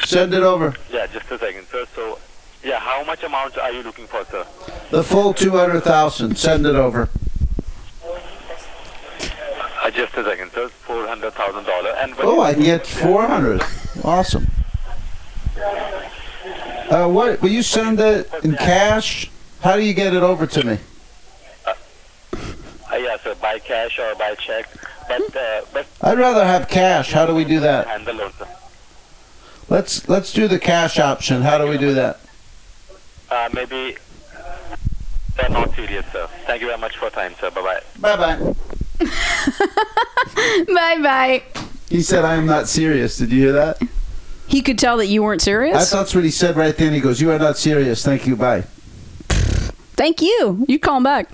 [SPEAKER 1] Send it over.
[SPEAKER 5] yeah, just a second, sir. So, yeah, how much amount are you looking for, sir?
[SPEAKER 1] The full two hundred thousand. Send it over.
[SPEAKER 5] Uh, just a second, sir. Four hundred thousand dollars. And when
[SPEAKER 1] Oh,
[SPEAKER 5] you-
[SPEAKER 1] I can get four hundred. Awesome. Uh, what? Will you send it in cash? How do you get it over to me?
[SPEAKER 5] Uh, yeah, sir, by cash or by check, but uh, but
[SPEAKER 1] I'd rather have cash. How do we do that?
[SPEAKER 5] and the loan, sir.
[SPEAKER 1] Let's let's do the cash option. How do we do that?
[SPEAKER 5] Uh, maybe they're not serious, sir. Thank you very much for your time, sir. Bye
[SPEAKER 1] Bye
[SPEAKER 5] bye.
[SPEAKER 1] bye.
[SPEAKER 2] Bye bye.
[SPEAKER 1] He said, "I am not serious." Did you hear that?
[SPEAKER 2] He could tell that you weren't
[SPEAKER 1] I
[SPEAKER 2] serious.
[SPEAKER 1] thought that's what he said right then. He goes, "You are not serious. Thank you. Bye."
[SPEAKER 2] Thank you. You call him back.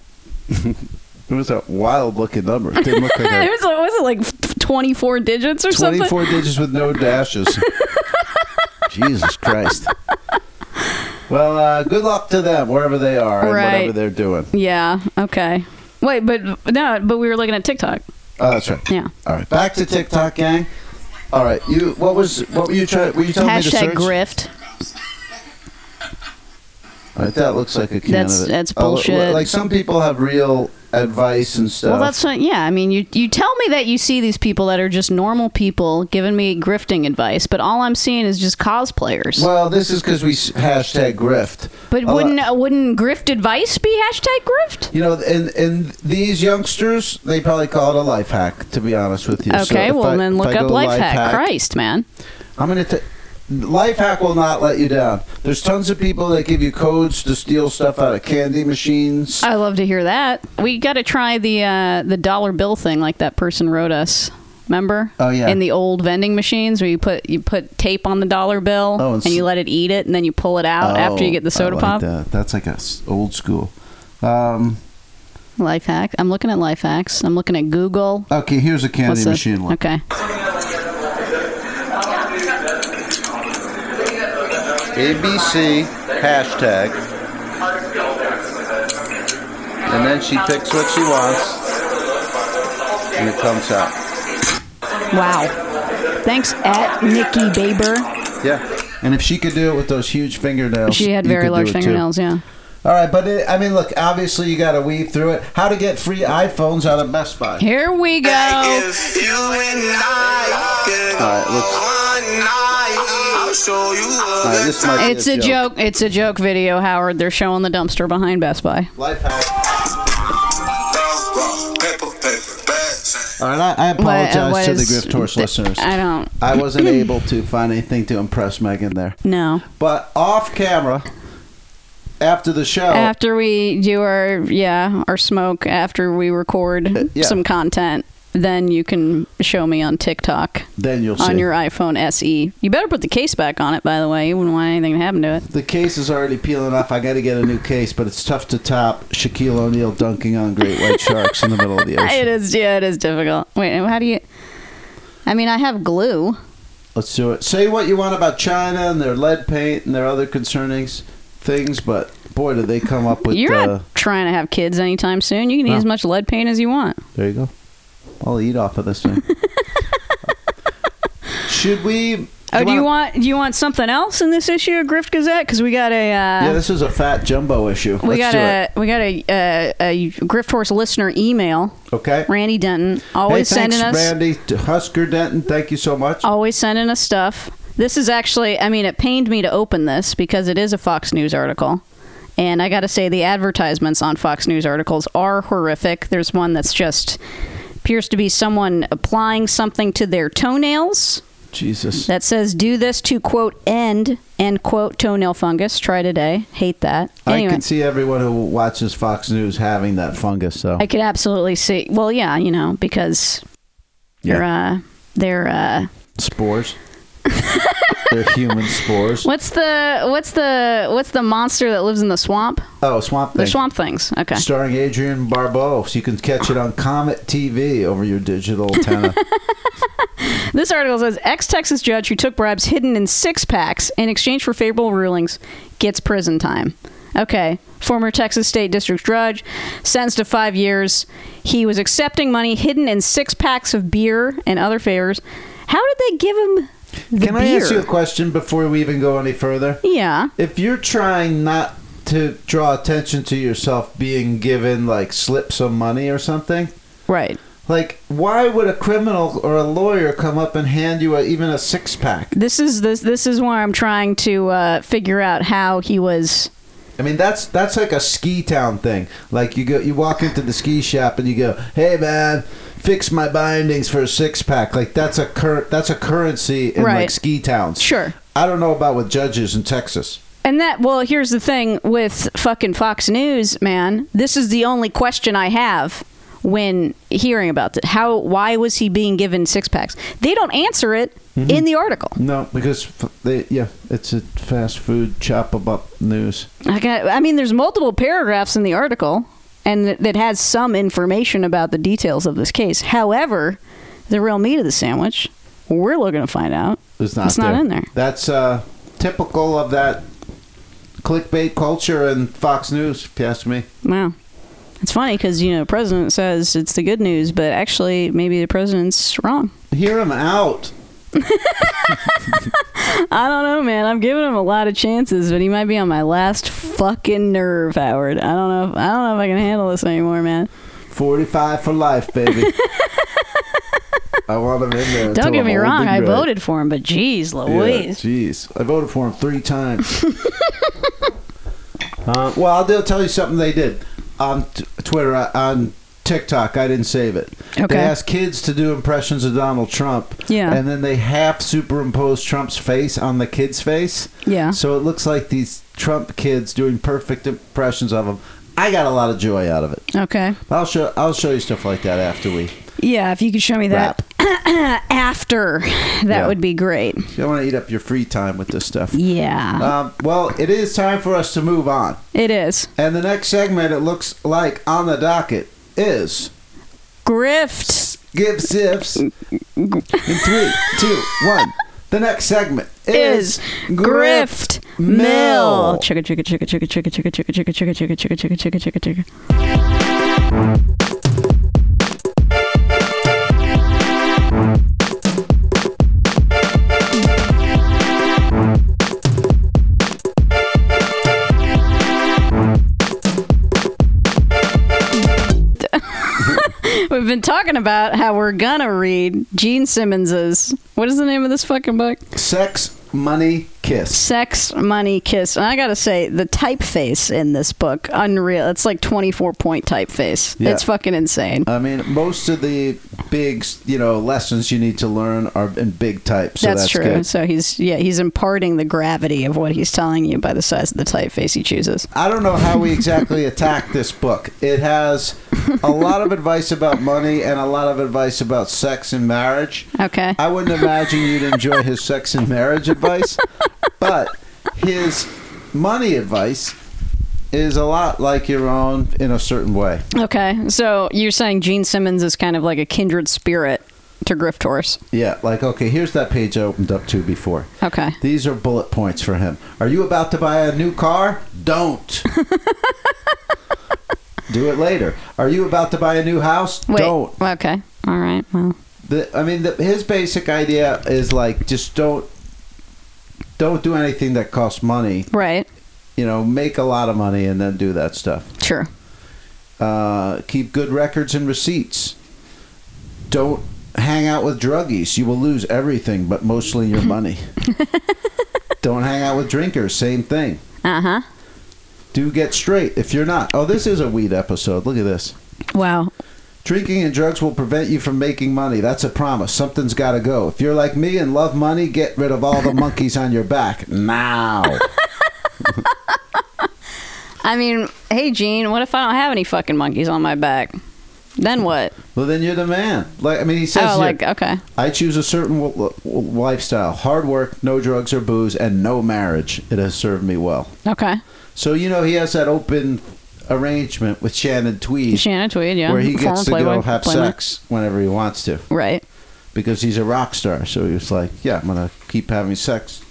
[SPEAKER 1] It was a wild looking number. It didn't look like
[SPEAKER 2] It
[SPEAKER 1] a
[SPEAKER 2] was, was it like 24 digits or something?
[SPEAKER 1] 24 digits with no dashes. Jesus Christ. Well, uh, good luck to them wherever they are and
[SPEAKER 2] Right.
[SPEAKER 1] whatever they're doing.
[SPEAKER 2] Yeah. Okay. Wait, but no, but we were looking at TikTok.
[SPEAKER 1] Oh, that's right.
[SPEAKER 2] Yeah.
[SPEAKER 1] All right, back to TikTok gang. All right, you. What was? What were you trying? Were you telling me to
[SPEAKER 2] Hashtag
[SPEAKER 1] search?
[SPEAKER 2] grift.
[SPEAKER 1] All right, that looks like a candidate.
[SPEAKER 2] That's- that's
[SPEAKER 1] Oh,
[SPEAKER 2] bullshit.
[SPEAKER 1] like some people have real advice and stuff.
[SPEAKER 2] Well, that's not, yeah. I mean, you you tell me that you see these people that are just normal people giving me grifting advice, but all I'm seeing is just cosplayers.
[SPEAKER 1] Well, this is because we s- hashtag grift.
[SPEAKER 2] but
[SPEAKER 1] A lot-
[SPEAKER 2] wouldn't uh, wouldn't grift advice be hashtag grift?
[SPEAKER 1] You know, and and these youngsters, they probably call it a life hack. To be honest with you. So
[SPEAKER 2] Okay,
[SPEAKER 1] if
[SPEAKER 2] well
[SPEAKER 1] I-
[SPEAKER 2] then
[SPEAKER 1] if
[SPEAKER 2] look
[SPEAKER 1] I
[SPEAKER 2] up
[SPEAKER 1] go
[SPEAKER 2] life, hack. Christ, man.
[SPEAKER 1] I'm gonna. T- life hack will not let you down. There's tons of people that give you codes to steal stuff out of candy machines.
[SPEAKER 2] I love to hear that. We got to try the uh, the dollar bill thing, like that person wrote us. Remember?
[SPEAKER 1] Oh, yeah.
[SPEAKER 2] In the old vending machines, where you put you put tape on the dollar bill
[SPEAKER 1] Oh, and
[SPEAKER 2] and, you
[SPEAKER 1] s-
[SPEAKER 2] let it eat it, and then you
[SPEAKER 1] Oh,
[SPEAKER 2] pull it out after you get the soda pop.
[SPEAKER 1] That's like a old school. Um,
[SPEAKER 2] Life hack. I'm looking at life hacks. I'm looking at Google.
[SPEAKER 1] Okay, here's a candy
[SPEAKER 2] What's the-
[SPEAKER 1] machine one.
[SPEAKER 2] Okay.
[SPEAKER 1] ABC hashtag. And then she picks what she wants. And it comes out.
[SPEAKER 2] Wow. Thanks at Nikki Baber.
[SPEAKER 1] Yeah. And if she could do it with those huge fingernails,
[SPEAKER 2] She had
[SPEAKER 1] you could
[SPEAKER 2] very
[SPEAKER 1] do
[SPEAKER 2] large
[SPEAKER 1] it too.
[SPEAKER 2] fingernails. Yeah.
[SPEAKER 1] All right, but it, I mean, look, obviously you got to weave through it. How to get free iPhones out of Best Buy.
[SPEAKER 2] Here we go.
[SPEAKER 3] If you and I get
[SPEAKER 1] Alright, let's-
[SPEAKER 3] one night, I'll show you a
[SPEAKER 1] All right, this might be
[SPEAKER 2] It's a joke. It's a joke video, Howard. They're showing the dumpster behind Best Buy.
[SPEAKER 1] Life hack.
[SPEAKER 6] Paper, paper, bags.
[SPEAKER 1] All right, I, I apologize
[SPEAKER 2] What- what
[SPEAKER 1] to the
[SPEAKER 2] is-
[SPEAKER 1] Grift Horse listeners.
[SPEAKER 2] I don't
[SPEAKER 1] I wasn't able to find anything to impress Megan there.
[SPEAKER 2] know.
[SPEAKER 1] But off camera, after the show,
[SPEAKER 2] After we do our yeah our smoke, after we record
[SPEAKER 1] Uh, yeah.
[SPEAKER 2] some content, then you can show me on TikTok
[SPEAKER 1] then you'll see.
[SPEAKER 2] on your iPhone SE. You better put the case back on it, by the way. You wouldn't want anything to happen to it.
[SPEAKER 1] the case is already peeling off. I got to get a new case, but it's tough to top Shaquille O'Neal dunking on great white sharks in the middle of the
[SPEAKER 2] It
[SPEAKER 1] ocean.
[SPEAKER 2] is yeah, it is difficult. Wait, how do you? I mean, I have glue.
[SPEAKER 1] Let's do it. Say what you want about China and their lead paint and their other concerning s- things, but boy, do they come up with.
[SPEAKER 2] You're
[SPEAKER 1] uh,
[SPEAKER 2] not trying to have kids anytime soon. You can eat
[SPEAKER 1] No.
[SPEAKER 2] as much lead paint as you want.
[SPEAKER 1] There you go. I'll eat off of this thing. Should we?
[SPEAKER 2] Oh, do
[SPEAKER 1] wanna-
[SPEAKER 2] you want do you want something else in this issue of Grift Gazette? Because we got a uh,
[SPEAKER 1] Yeah, this is a fat jumbo issue.
[SPEAKER 2] we
[SPEAKER 1] Let's
[SPEAKER 2] got
[SPEAKER 1] do
[SPEAKER 2] a we got a, a a Grift Horse listener email.
[SPEAKER 1] it. Okay.
[SPEAKER 2] Randy Denton always
[SPEAKER 1] hey,
[SPEAKER 2] sending
[SPEAKER 1] thanks,
[SPEAKER 2] us Oh,
[SPEAKER 1] Randy to Husker Denton. Thank you so much.
[SPEAKER 2] always sending us stuff. This is actually I mean it pained me to open this because it is a Fox News article. And I got to say the advertisements on Fox News articles are horrific. There's one that's just appears to be someone applying something to their toenails.
[SPEAKER 1] Jesus.
[SPEAKER 2] that says do this to quote end end quote toenail fungus try today hate that
[SPEAKER 1] I
[SPEAKER 2] anyway
[SPEAKER 1] can see everyone who watches Fox News having that fungus. So
[SPEAKER 2] I could absolutely see well yeah you know because they're uh they're uh
[SPEAKER 1] spores. They're human spores.
[SPEAKER 2] what's the what's the what's the monster that lives in the swamp
[SPEAKER 1] Oh, swamp
[SPEAKER 2] the
[SPEAKER 1] thing.
[SPEAKER 2] swamp things okay
[SPEAKER 1] Starring Adrian Barbeau, so you can catch it on Comet TV over your digital antenna.
[SPEAKER 2] this article says ex-texas judge who took bribes hidden in six packs in exchange for favorable rulings gets prison time okay former texas state district judge sentenced to five years he was accepting money hidden in six packs of beer and other favors how did they give him the
[SPEAKER 1] Can
[SPEAKER 2] beer
[SPEAKER 1] I ask you a question before we even go any further?
[SPEAKER 2] yeah
[SPEAKER 1] if you're trying not to draw attention to yourself being given like slip some money or something
[SPEAKER 2] right
[SPEAKER 1] like why would a criminal or a lawyer come up and hand you a, even a six pack
[SPEAKER 2] this is this this is where i'm trying to uh, figure out how he was
[SPEAKER 1] i mean that's that's like a ski town thing like you go you walk into the ski shop and you go hey man fix my bindings for a six pack like that's a cur- that's a currency in like
[SPEAKER 2] Right.
[SPEAKER 1] ski towns
[SPEAKER 2] sure
[SPEAKER 1] i don't know about with judges in texas
[SPEAKER 2] And that, well, here's the thing with fucking Fox News, man. This is the only question I have when hearing about it. How, why was he being given six packs? They don't answer it in the article.
[SPEAKER 1] no because f- they yeah it's a fast food chop 'em up news
[SPEAKER 2] I, got, I mean, there's multiple paragraphs in the article, and it, it has some information about the details of this case. However, the real meat of the sandwich, we're looking to find out.
[SPEAKER 1] It's not.
[SPEAKER 2] It's not in there.
[SPEAKER 1] That's uh, typical of that clickbait culture in Fox News. If you ask me,
[SPEAKER 2] Wow. It's funny because, you know, the president says it's the good news, but actually, maybe the president's wrong.
[SPEAKER 1] hear him out.
[SPEAKER 2] I don't know, man. I'm giving him a lot of chances, but he might be on my last fucking nerve, Howard. I don't know. If, I don't know if I can handle this anymore, man.
[SPEAKER 1] Forty-five for life, baby. I want him in there. until
[SPEAKER 2] don't get
[SPEAKER 1] I'm
[SPEAKER 2] me
[SPEAKER 1] old
[SPEAKER 2] wrong.
[SPEAKER 1] and
[SPEAKER 2] I
[SPEAKER 1] gray.
[SPEAKER 2] voted for him, but geez,
[SPEAKER 1] Yeah,
[SPEAKER 2] Louise.
[SPEAKER 1] Jeez, I voted for him three times. uh, well, I'll do- tell you something they did on t- Twitter uh, on. TikTok, I didn't save it. They
[SPEAKER 2] Okay.
[SPEAKER 1] asked kids to do impressions of Donald Trump,
[SPEAKER 2] Yeah.
[SPEAKER 1] and then they half superimpose Trump's face on the kid's face.
[SPEAKER 2] Yeah.
[SPEAKER 1] So it looks like these Trump kids doing perfect impressions of him. I got a lot of joy out of it.
[SPEAKER 2] Okay.
[SPEAKER 1] I'll show I'll show you stuff like that after we
[SPEAKER 2] Yeah. If you could show me that, uh, after. That
[SPEAKER 1] Yeah.
[SPEAKER 2] would be great.
[SPEAKER 1] You don't want to eat up your free time with this stuff.
[SPEAKER 2] Yeah.
[SPEAKER 1] Um, well, it is time for us to move on.
[SPEAKER 2] it is.
[SPEAKER 1] And the next segment, it looks like on the docket, is
[SPEAKER 2] Grift.
[SPEAKER 1] Give Zips. In three, two, one. The next segment is,
[SPEAKER 2] Is Grift Mill. Chicka chicka chicka chicka chicka chicka chicka chicka chicka chicka chicka chicka chicka chicka chicka. We've been talking about how we're gonna read Gene Simmons's. What is the name of this fucking book?
[SPEAKER 1] Sex, Money, Kiss.
[SPEAKER 2] Sex, Money, Kiss. And I gotta say, the typeface in this book, unreal. It's like 24 point typeface.
[SPEAKER 1] Yeah. Uh,
[SPEAKER 2] It's fucking insane.
[SPEAKER 1] I mean, most of the big, you know, lessons you need to learn are in big type. So that's,
[SPEAKER 2] that's, true.
[SPEAKER 1] good.
[SPEAKER 2] So he's yeah he's imparting the gravity of what he's telling you by the size of the typeface he chooses.
[SPEAKER 1] I don't know how we exactly attack this book. It has a lot of advice about money and a lot of advice about sex and marriage.
[SPEAKER 2] Okay.
[SPEAKER 1] I wouldn't imagine you'd enjoy his sex and marriage advice, but his money advice is a lot like your own in a certain way.
[SPEAKER 2] Okay. So you're saying Gene Simmons is kind of like a kindred spirit to Grift Horse.
[SPEAKER 1] Yeah, like, okay, here's that page I opened up to before.
[SPEAKER 2] Okay.
[SPEAKER 1] These are bullet points for him. Are you about to buy a new car? Don't. Do it later. Are you about to buy a new house?
[SPEAKER 2] Wait.
[SPEAKER 1] Don't.
[SPEAKER 2] Okay. All right. Well.
[SPEAKER 1] The, I mean, the, his basic idea is like just don't don't do anything that costs money.
[SPEAKER 2] Right.
[SPEAKER 1] You know, make a lot of money and then do that stuff.
[SPEAKER 2] Sure.
[SPEAKER 1] Uh, keep good records and receipts. Don't hang out with druggies. You will lose everything, but mostly your money. don't hang out with drinkers. Same thing.
[SPEAKER 2] Uh huh.
[SPEAKER 1] Do get straight if you're not. Oh, this is a weed episode. Look at this.
[SPEAKER 2] Wow.
[SPEAKER 1] Drinking and drugs will prevent you from making money. That's a promise. Something's got to go. If you're like me and love money, get rid of all the monkeys on your back now.
[SPEAKER 2] I mean, hey Gene, what if I don't have any fucking monkeys on my back? Then what?
[SPEAKER 1] well, then you're the man. Like I mean, he says,
[SPEAKER 2] Oh,
[SPEAKER 1] here,
[SPEAKER 2] like okay.
[SPEAKER 1] I choose a certain w- w- lifestyle: hard work, no drugs or booze, and no marriage. It has served me well.
[SPEAKER 2] Okay.
[SPEAKER 1] So you know, he has that open arrangement with Shannon Tweed,
[SPEAKER 2] Shannon Tweed, yeah.
[SPEAKER 1] where he gets
[SPEAKER 2] Former
[SPEAKER 1] to go
[SPEAKER 2] Playboy
[SPEAKER 1] have
[SPEAKER 2] playmate.
[SPEAKER 1] sex whenever he wants to.
[SPEAKER 2] Right.
[SPEAKER 1] because he's a rock star. So he was like, "Yeah, I'm gonna keep having sex.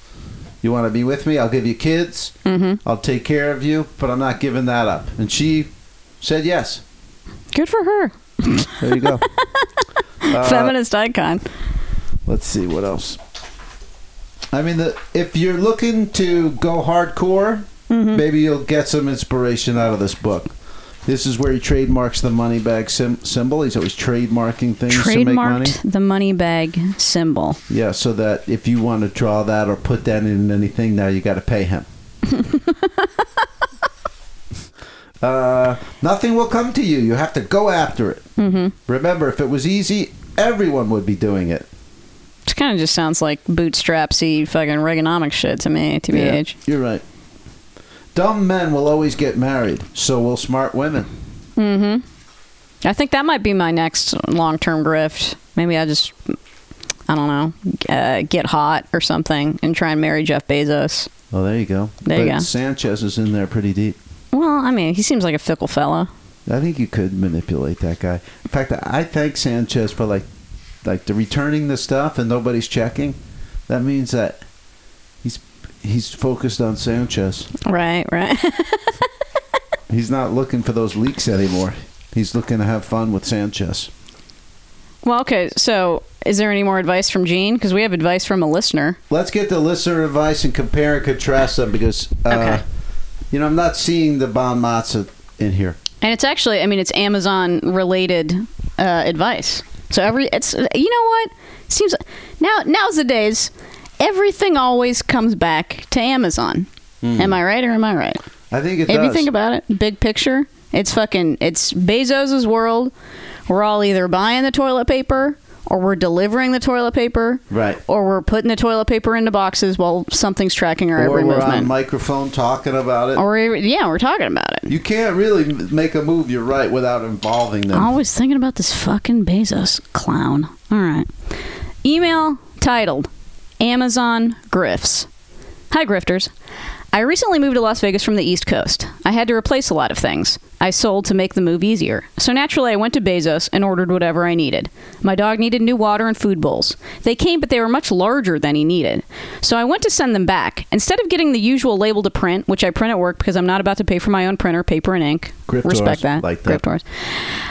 [SPEAKER 1] You want to be with me? I'll give you kids. Mm-hmm. I'll take care of you, but I'm not giving that up." And she said yes.
[SPEAKER 2] Good for her.
[SPEAKER 1] There you go. Uh,
[SPEAKER 2] Feminist icon.
[SPEAKER 1] Let's see what else. I mean, the, if you're looking to go hardcore, maybe you'll get some inspiration out of this book. This is where he trademarks the money bag sim- symbol. He's always trademarking things to make money.
[SPEAKER 2] Trademarked the money bag symbol.
[SPEAKER 1] Yeah, so that if you want to draw that or put that in anything, now you got to pay him. uh, nothing will come to you. You have to go after it. Mm-hmm. Remember, if it was easy, everyone would be doing it.
[SPEAKER 2] It kind of just sounds like bootstrapsy fucking Reaganomic shit to me, TBH.
[SPEAKER 1] You're right. Dumb men will always get married, so will smart women.
[SPEAKER 2] I think that might be my next long term grift. Maybe I just, I don't know, uh, get hot or something and try and marry Jeff Bezos.
[SPEAKER 1] Oh, there you go.
[SPEAKER 2] There
[SPEAKER 1] but
[SPEAKER 2] you go.
[SPEAKER 1] Sanchez is in there pretty deep.
[SPEAKER 2] Well, I mean, he seems like a fickle fella.
[SPEAKER 1] I think you could manipulate that guy. In fact, I thank Sanchez for like, like the returning the stuff and nobody's checking. That means that he's he's focused on Sanchez.
[SPEAKER 2] Right, right.
[SPEAKER 1] He's not looking for those leaks anymore. He's looking to have fun with Sanchez.
[SPEAKER 2] well, okay, so is there any more advice from Gene? Because we have advice from a listener.
[SPEAKER 1] Let's get the listener advice and compare and contrast them because, uh,
[SPEAKER 2] Okay.
[SPEAKER 1] you know, I'm not seeing the bon matzah in here.
[SPEAKER 2] And it's actually, I mean, it's Amazon related uh, advice. So every, it's you know what seems now nowadays everything always comes back to Amazon. Am I right or am I right?
[SPEAKER 1] I think Mm-hmm. it
[SPEAKER 2] if
[SPEAKER 1] does.
[SPEAKER 2] you think about it, big picture, it's fucking it's Bezos's world. We're all either buying the toilet paper or we're delivering the toilet paper,
[SPEAKER 1] Right.
[SPEAKER 2] Or we're putting the toilet paper into boxes while something's tracking our
[SPEAKER 1] or
[SPEAKER 2] every
[SPEAKER 1] we're on
[SPEAKER 2] movement.
[SPEAKER 1] microphone talking about it.
[SPEAKER 2] or we're- yeah, we're talking about it.
[SPEAKER 1] you can't really
[SPEAKER 2] Oh.
[SPEAKER 1] make a move. You're right without involving them.
[SPEAKER 2] Always thinking about this fucking Bezos clown. All right. Email titled Amazon Griffs. Hi, grifters. I recently moved to Las Vegas from the East Coast. I had to replace a lot of things. I sold to make the move easier. So naturally, I went to Bezos and ordered whatever I needed. My dog needed new water and food bowls. They came, but they were much larger than he needed. So I went to send them back. Instead of getting the usual label to print, which I print at work because I'm not about to pay for my own printer, paper, and ink.
[SPEAKER 1] Griftors
[SPEAKER 2] Respect that.
[SPEAKER 1] like that.
[SPEAKER 2] Griftors.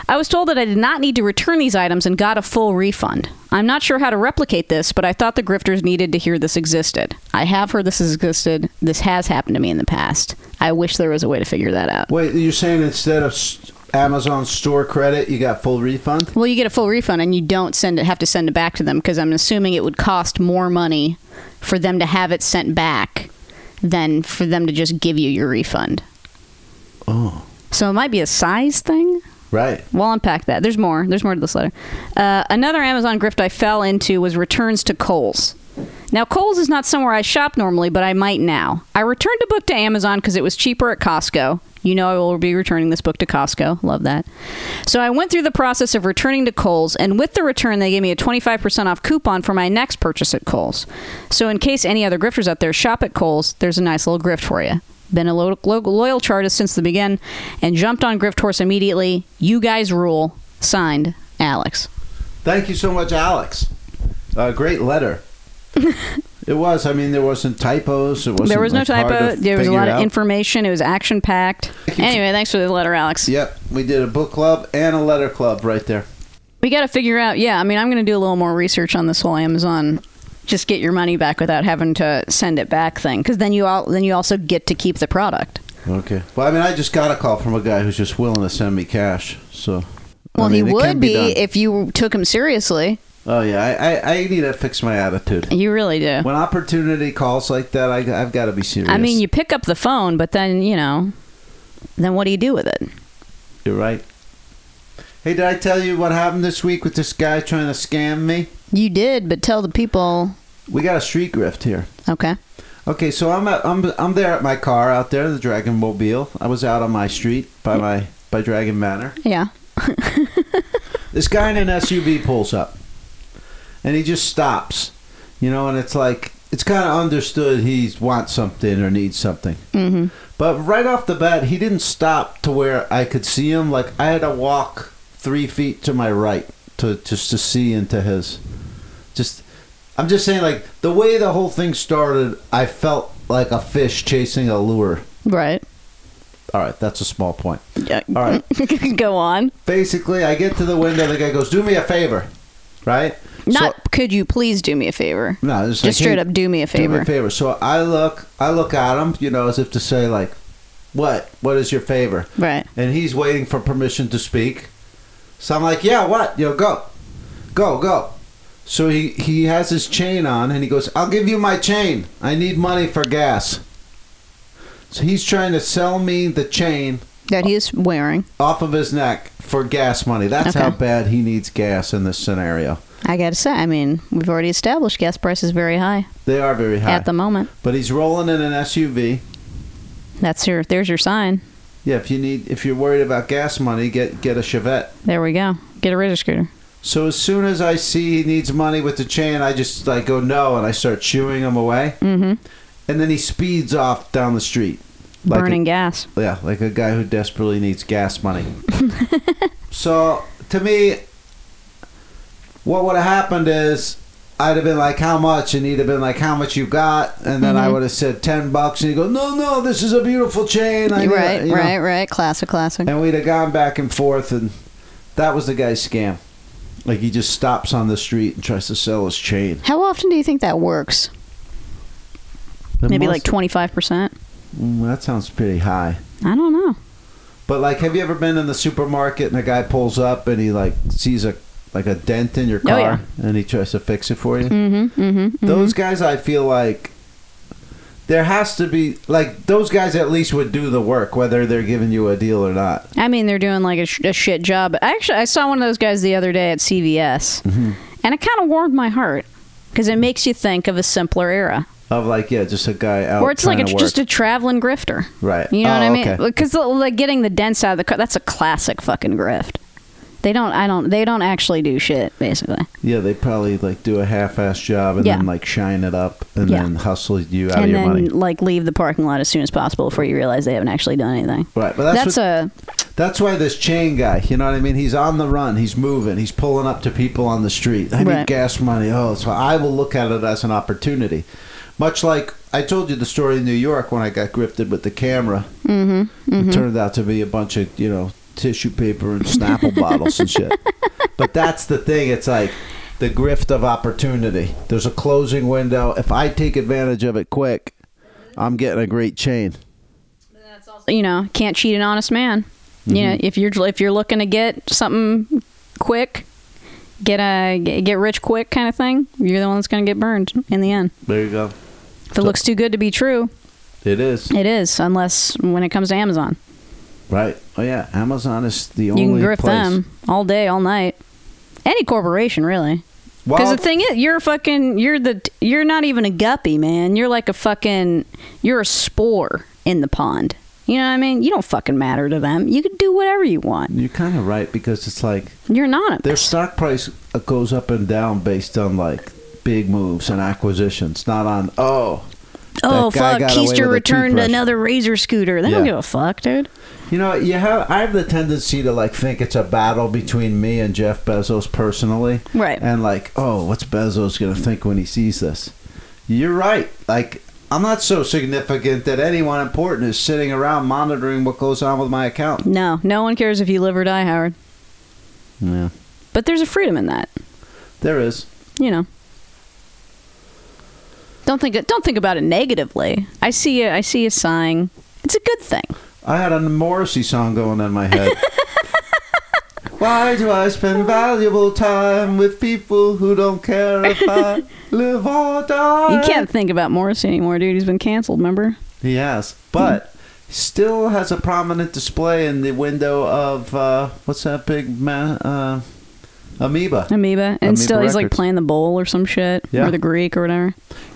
[SPEAKER 2] I was told that I did not need to return these items and got a full refund. I'm not sure how to replicate this, but I thought the grifters needed to hear this existed. I have heard this has existed. This has happened to me in the past. I wish there was a way to figure that out.
[SPEAKER 1] Wait, you're saying instead of s- Amazon store credit, you got full refund?
[SPEAKER 2] Well, you get a full refund and you don't send it have to send it back to them because I'm assuming it would cost more money for them to have it sent back than for them to just give you your refund.
[SPEAKER 1] Oh,
[SPEAKER 2] So it might be a size thing.
[SPEAKER 1] right.
[SPEAKER 2] We'll unpack that. There's more. There's more to this letter. Uh, another Amazon grift I fell into was returns to Kohl's. Now, Kohl's is not somewhere I shop normally, but I might now. I returned a book to Amazon because it was cheaper at Costco. You know, I will be returning this book to Costco. Love that. So I went through the process of returning to Kohl's, and with the return, they gave me a 25% off coupon for my next purchase at Kohl's. So, in case any other grifters out there shop at Kohl's, there's a nice little grift for you. Been a lo- lo- loyal chartist since the begin and jumped on Grift Horse immediately. You guys rule. Signed, Alex.
[SPEAKER 1] Thank you so much, Alex. Uh, great letter. it was. I mean, there wasn't typos. It wasn't
[SPEAKER 2] there was no
[SPEAKER 1] like, hard
[SPEAKER 2] typo.
[SPEAKER 1] to
[SPEAKER 2] There was a lot
[SPEAKER 1] figure
[SPEAKER 2] of
[SPEAKER 1] out.
[SPEAKER 2] information. It was action packed.
[SPEAKER 1] Thank you.
[SPEAKER 2] Anyway, thanks for the letter, Alex.
[SPEAKER 1] Yep, we did a book club and a letter club right there.
[SPEAKER 2] We got to figure out. Yeah, I mean, I'm going to do a little more research on this whole Amazon. Just get your money back without having to send it back thing, because then you all then you also get to keep the product.
[SPEAKER 1] Okay. Well, I mean, I just got a call from a guy who's just willing to send me cash. So. I
[SPEAKER 2] Well,
[SPEAKER 1] mean,
[SPEAKER 2] he
[SPEAKER 1] it can
[SPEAKER 2] would be,
[SPEAKER 1] done.
[SPEAKER 2] if you took him seriously.
[SPEAKER 1] oh yeah, I, I, I need to fix my attitude.
[SPEAKER 2] You really do.
[SPEAKER 1] When opportunity calls like that, I, I've got to be serious.
[SPEAKER 2] I mean, you pick up the phone, but then you know, then what do you do with it?
[SPEAKER 1] You're right. Hey, did I tell you what happened this week with this guy trying to scam me?
[SPEAKER 2] You did, but tell the people.
[SPEAKER 1] We got a street grift here.
[SPEAKER 2] Okay.
[SPEAKER 1] Okay, so I'm at, I'm I'm there at my car out there, the Dragon Mobile. I was out on my street by my by Dragon Manor.
[SPEAKER 2] Yeah.
[SPEAKER 1] This guy in an SUV pulls up, and he just stops, you know, and it's like it's kind of understood he wants something or needs something.
[SPEAKER 2] Mm-hmm.
[SPEAKER 1] But right off the bat, he didn't stop to where I could see him. Like I had to walk three feet to my right to just to see into his. Just, I'm just saying, like the way the whole thing started, I felt like a fish chasing a lure.
[SPEAKER 2] Right.
[SPEAKER 1] All right, that's a small point.
[SPEAKER 2] Yeah.
[SPEAKER 1] All right,
[SPEAKER 2] Go on.
[SPEAKER 1] basically, I get to the window. The guy goes, "Do me a favor," right?
[SPEAKER 2] Not. could you please do me a favor?
[SPEAKER 1] So, no, it's
[SPEAKER 2] Just
[SPEAKER 1] like,
[SPEAKER 2] straight
[SPEAKER 1] "Hey,
[SPEAKER 2] up, do me a
[SPEAKER 1] Do
[SPEAKER 2] favor.
[SPEAKER 1] me a favor. So I look, I look at him, you know, as if to say, like, "What? What is your favor?"
[SPEAKER 2] Right.
[SPEAKER 1] and he's waiting for permission to speak. So I'm like, yeah, what? Yo, go, go, go. So he he has his chain on, and he goes, I'll give you my chain. I need money for gas. So he's trying to sell me the chain
[SPEAKER 2] That he is wearing.
[SPEAKER 1] off of his neck for gas money. That's how
[SPEAKER 2] Okay.
[SPEAKER 1] bad he needs gas in this scenario.
[SPEAKER 2] I gotta say, I mean, we've already established gas prices very high
[SPEAKER 1] They are very high.
[SPEAKER 2] at the moment.
[SPEAKER 1] but he's rolling in an SUV.
[SPEAKER 2] That's your. There's your sign.
[SPEAKER 1] Yeah, if you need if you're worried about gas money, get get a Chevette.
[SPEAKER 2] There we go. Get a razor scooter.
[SPEAKER 1] So as soon as I see he needs money with the chain, I just like go no, and I start shooing him away.
[SPEAKER 2] Mm-hmm.
[SPEAKER 1] And then he speeds off down the street, like
[SPEAKER 2] Burning gas.
[SPEAKER 1] A, yeah, like a guy who desperately needs gas money. so to me, what would have happened is I'd have been like, "How much?" and he'd have been like, "How much you got?" And then I
[SPEAKER 2] Mm-hmm.
[SPEAKER 1] would have said ten bucks, and he'd go, "No, no, this is a beautiful chain." I need a-"
[SPEAKER 2] Right.
[SPEAKER 1] you know.
[SPEAKER 2] Right. Right. Classic. Classic.
[SPEAKER 1] And we'd have gone back and forth, and that was the guy's scam. Like he just stops on the street and tries to sell his chain.
[SPEAKER 2] How often do you think that works?
[SPEAKER 1] The
[SPEAKER 2] Maybe
[SPEAKER 1] most-
[SPEAKER 2] like twenty five percent.
[SPEAKER 1] Mm, that sounds pretty high.
[SPEAKER 2] I don't know.
[SPEAKER 1] But like, have you ever been in the supermarket and a guy pulls up and he like sees a like a dent in your
[SPEAKER 2] Oh,
[SPEAKER 1] car
[SPEAKER 2] yeah.
[SPEAKER 1] and he tries to fix it for you?
[SPEAKER 2] Mm-hmm. Mm-hmm.
[SPEAKER 1] Those guys, I feel like there has to be like those guys at least would do the work whether they're giving you a deal or not.
[SPEAKER 2] I mean, they're doing like a, sh- a shit job. But actually, I saw one of those guys the other day at CVS,
[SPEAKER 1] Mm-hmm.
[SPEAKER 2] and it kind of warmed my heart because it makes you think of a simpler era,
[SPEAKER 1] Of like, yeah, just a guy out.
[SPEAKER 2] or it's like
[SPEAKER 1] trying
[SPEAKER 2] it's
[SPEAKER 1] to
[SPEAKER 2] just
[SPEAKER 1] work.
[SPEAKER 2] a traveling grifter.
[SPEAKER 1] Oh, Right.
[SPEAKER 2] You know
[SPEAKER 1] Oh,
[SPEAKER 2] what I mean?
[SPEAKER 1] okay.
[SPEAKER 2] Because like getting the dents out of the car—that's a classic fucking grift. They don't. I don't. They don't actually do shit. Basically,
[SPEAKER 1] Yeah, they probably like do a half-ass job and
[SPEAKER 2] Yeah.
[SPEAKER 1] then like shine it up and
[SPEAKER 2] Yeah.
[SPEAKER 1] then hustle you out of
[SPEAKER 2] and
[SPEAKER 1] your
[SPEAKER 2] then
[SPEAKER 1] money.
[SPEAKER 2] like leave the parking lot as soon as possible before you realize they haven't actually done anything.
[SPEAKER 1] Right, but that's
[SPEAKER 2] That's,
[SPEAKER 1] what,
[SPEAKER 2] a
[SPEAKER 1] that's why this chain guy, you know what I mean? He's on the run, he's moving, he's pulling up to people on the street. I need
[SPEAKER 2] Right.
[SPEAKER 1] gas money. Oh, so I will look at it as an opportunity. Much like I told you the story in New York when I got grifted with the camera. Mm-hmm, It turned out to be a bunch of you know tissue paper and Snapple bottles and shit. But that's the thing. It's like the grift of opportunity. There's a closing window. If I take advantage of it quick, I'm getting a great chain.
[SPEAKER 2] you know can't cheat an honest man. You
[SPEAKER 1] Mm-hmm.
[SPEAKER 2] know if you're if you're looking to get something quick, get a get rich quick kind of thing. You're the one that's going to get burned in the end.
[SPEAKER 1] There you go.
[SPEAKER 2] If it looks too good to be true,
[SPEAKER 1] It is.
[SPEAKER 2] it is. Unless when it comes to Amazon,
[SPEAKER 1] Right. Oh yeah, Amazon is the
[SPEAKER 2] you
[SPEAKER 1] only
[SPEAKER 2] can grift
[SPEAKER 1] place.
[SPEAKER 2] them all day, all night. Any corporation, really.
[SPEAKER 1] Well,
[SPEAKER 2] Because the thing is, you're fucking, you're the, you're not even a guppy, man. You're like a fucking, you're a spore in the pond. You know what I mean? You don't fucking matter to them. You can do whatever you want.
[SPEAKER 1] you're kind of right because it's like
[SPEAKER 2] You're anonymous.
[SPEAKER 1] their stock price uh, goes up and down based on like big moves and acquisitions, not on oh.
[SPEAKER 2] oh
[SPEAKER 1] that guy
[SPEAKER 2] fuck,
[SPEAKER 1] got away with
[SPEAKER 2] Keister
[SPEAKER 1] a
[SPEAKER 2] returned
[SPEAKER 1] toothbrush.
[SPEAKER 2] another razor scooter. They don't
[SPEAKER 1] Yeah.
[SPEAKER 2] give a fuck, dude.
[SPEAKER 1] You know, you have I have the tendency to like think it's a battle between me and Jeff Bezos personally.
[SPEAKER 2] Right.
[SPEAKER 1] And like, oh, what's Bezos gonna think when he sees this? You're right. Like I'm not so significant that anyone important is sitting around monitoring what goes on with my account.
[SPEAKER 2] No, no one cares if you live or die, Howard.
[SPEAKER 1] Yeah.
[SPEAKER 2] But there's a freedom in that.
[SPEAKER 1] There is.
[SPEAKER 2] you know. Don't think don't think about it negatively. I see you. I see you sighing. It's a good thing.
[SPEAKER 1] I had a Morrissey song going in my head. Why do I spend valuable time with people who don't care if I live or die?
[SPEAKER 2] You can't think about Morrissey anymore, dude. He's been canceled. Remember?
[SPEAKER 1] He has, but still has a prominent display in the window of uh, what's that big ma- uh, amoeba.
[SPEAKER 2] Amoeba, and
[SPEAKER 1] Amoeba
[SPEAKER 2] still he's like
[SPEAKER 1] Records.
[SPEAKER 2] playing the bowl or some shit,
[SPEAKER 1] Yeah.
[SPEAKER 2] or the Greek or whatever.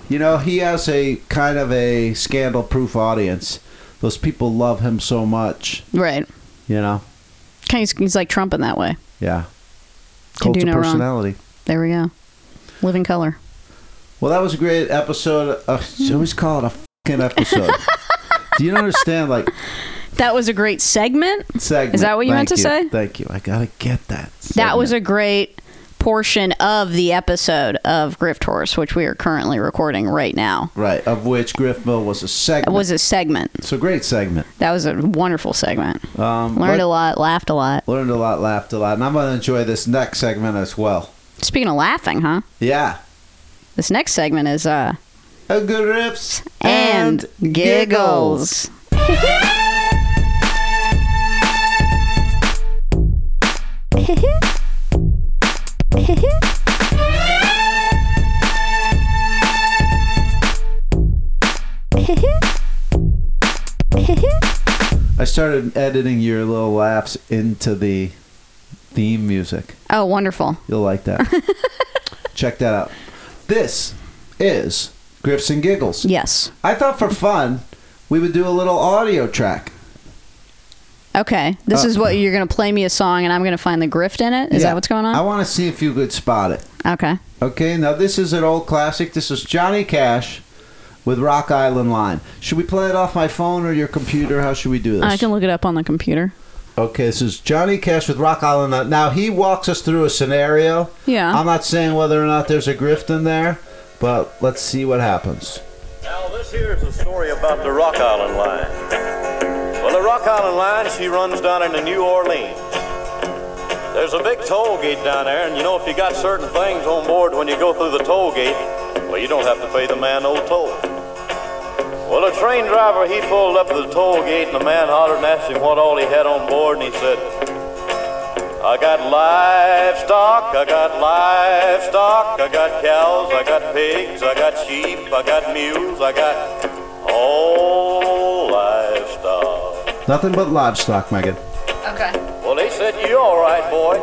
[SPEAKER 1] You know, he has a kind of a scandal-proof audience. Those people love him so much.
[SPEAKER 2] Right.
[SPEAKER 1] You know,
[SPEAKER 2] Kind of, he's- he's like Trump in that way.
[SPEAKER 1] yeah. Cult
[SPEAKER 2] Can do
[SPEAKER 1] of
[SPEAKER 2] no wrong.
[SPEAKER 1] personality.
[SPEAKER 2] There we go. Living color.
[SPEAKER 1] Well, that was a great episode. Uh, I always call it a fucking episode. Do you understand? Like
[SPEAKER 2] That was a great segment.
[SPEAKER 1] segment.
[SPEAKER 2] Is that what you meant
[SPEAKER 1] Thank
[SPEAKER 2] to say?
[SPEAKER 1] Thank you. I gotta get that.
[SPEAKER 2] That was a
[SPEAKER 1] segment.
[SPEAKER 2] great portion of the episode of Grift Horse, which we are currently recording right now.
[SPEAKER 1] right of which Griffville was a
[SPEAKER 2] It
[SPEAKER 1] segment.
[SPEAKER 2] was a segment.
[SPEAKER 1] it's a great segment.
[SPEAKER 2] That was a wonderful segment.
[SPEAKER 1] Um,
[SPEAKER 2] Learned a
[SPEAKER 1] learned,
[SPEAKER 2] lot, laughed a lot.
[SPEAKER 1] learned a lot, laughed a lot, and I'm gonna enjoy this next segment as well.
[SPEAKER 2] Speaking of laughing, huh?
[SPEAKER 1] Yeah,
[SPEAKER 2] This next segment is uh
[SPEAKER 1] a good riffs
[SPEAKER 2] and, giggles.
[SPEAKER 1] I started editing your little laughs into the theme music.
[SPEAKER 2] Oh, wonderful.
[SPEAKER 1] You'll like that. Check that out. This is Griffs and Giggles.
[SPEAKER 2] Yes.
[SPEAKER 1] I thought for fun we would do a little audio track.
[SPEAKER 2] Okay. This
[SPEAKER 1] Uh,
[SPEAKER 2] is what you're going to play me a song and I'm going to find the grift in it. Is
[SPEAKER 1] Yeah.
[SPEAKER 2] that what's going
[SPEAKER 1] I
[SPEAKER 2] on?
[SPEAKER 1] want to see if you could spot it.
[SPEAKER 2] okay.
[SPEAKER 1] Okay, now this is an old classic. This is Johnny Cash with Rock Island Line. Should we play it off my phone or your computer? How should we do this?
[SPEAKER 2] I can look it up on the computer.
[SPEAKER 1] Okay, this is Johnny Cash with Rock Island. Line. Now he walks us through a scenario.
[SPEAKER 2] Yeah.
[SPEAKER 1] I'm not saying whether or not there's a grift in there, but let's see what happens.
[SPEAKER 7] Now, this here is a story about the Rock Island Line. Well, the Rock Island Line, she runs down into New Orleans. There's a big toll gate down there, and you know, if you got certain things on board when you go through the toll gate, well, you don't have to pay the man no toll. Well, a train driver, he pulled up to the toll gate, and the man hollered and asked him what all he had on board, and he said, I got livestock, I got livestock, I got cows, I got pigs, I got sheep, I got mules, I got all livestock.
[SPEAKER 1] Nothing but livestock, Megan.
[SPEAKER 2] Okay.
[SPEAKER 7] Well, they said, you all right, boy.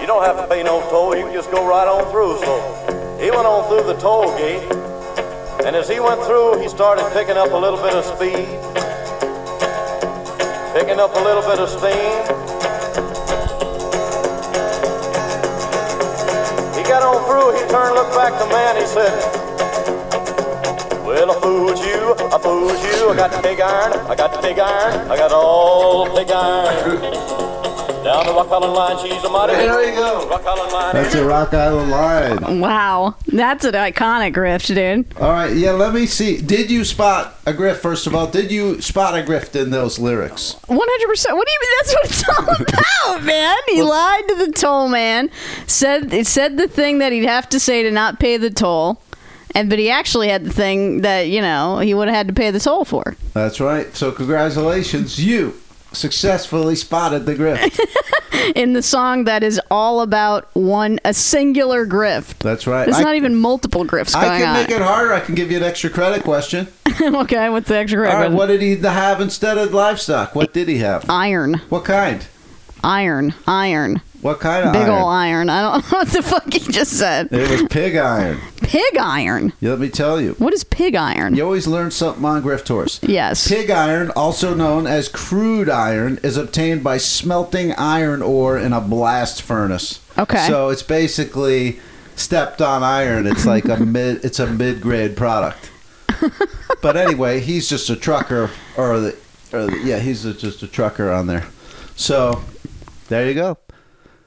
[SPEAKER 7] You don't have to pay no toll, you can just go right on through. So he went on through the toll gate, and as he went through, he started picking up a little bit of speed, picking up a little bit of steam. got on through, he turned, looked back to man, he said, Well, I fooled you, I fooled you, I got the big iron, I got the big iron, I got all the big iron. Down the Rock Island line, she's a mighty.
[SPEAKER 6] There you go.
[SPEAKER 7] Rock Island line.
[SPEAKER 1] That's a Rock Island line.
[SPEAKER 2] Wow, that's an iconic grift, dude.
[SPEAKER 1] All right, yeah, let me see. Did you spot a grift, first of all? Did you spot a grift in those lyrics?
[SPEAKER 2] One hundred percent. What do you mean? That's what it's all about, man. He lied to the toll man. Said it said the thing that he'd have to say to not pay the toll, and but he actually had the thing that you know he would have had to pay the toll for.
[SPEAKER 1] That's right. So, congratulations. You successfully spotted the grift.
[SPEAKER 2] in the song that is all about one a singular grift.
[SPEAKER 1] That's right.
[SPEAKER 2] There's
[SPEAKER 1] I-
[SPEAKER 2] not even multiple grifts going
[SPEAKER 1] I can
[SPEAKER 2] on.
[SPEAKER 1] make it harder. I can give you an extra credit question.
[SPEAKER 2] okay, what's the extra
[SPEAKER 1] All
[SPEAKER 2] grift?
[SPEAKER 1] right, what did he have instead of livestock? What did he have?
[SPEAKER 2] Iron,
[SPEAKER 1] What kind?
[SPEAKER 2] iron, iron,
[SPEAKER 1] What kind of
[SPEAKER 2] big
[SPEAKER 1] iron?
[SPEAKER 2] ol' iron. I don't know what the fuck he just said.
[SPEAKER 1] It was pig iron.
[SPEAKER 2] Pig iron.
[SPEAKER 1] Yeah, Let me tell you.
[SPEAKER 2] What is pig iron?
[SPEAKER 1] You always learn something on grift horse.
[SPEAKER 2] Yes.
[SPEAKER 1] Pig iron, also known as crude iron, is obtained by smelting iron ore in a blast furnace.
[SPEAKER 2] Okay.
[SPEAKER 1] So it's basically stepped on iron. It's like a mid it's a mid grade product. but anyway, he's just a trucker or the, or the yeah, he's a, just a trucker on there. So there you go.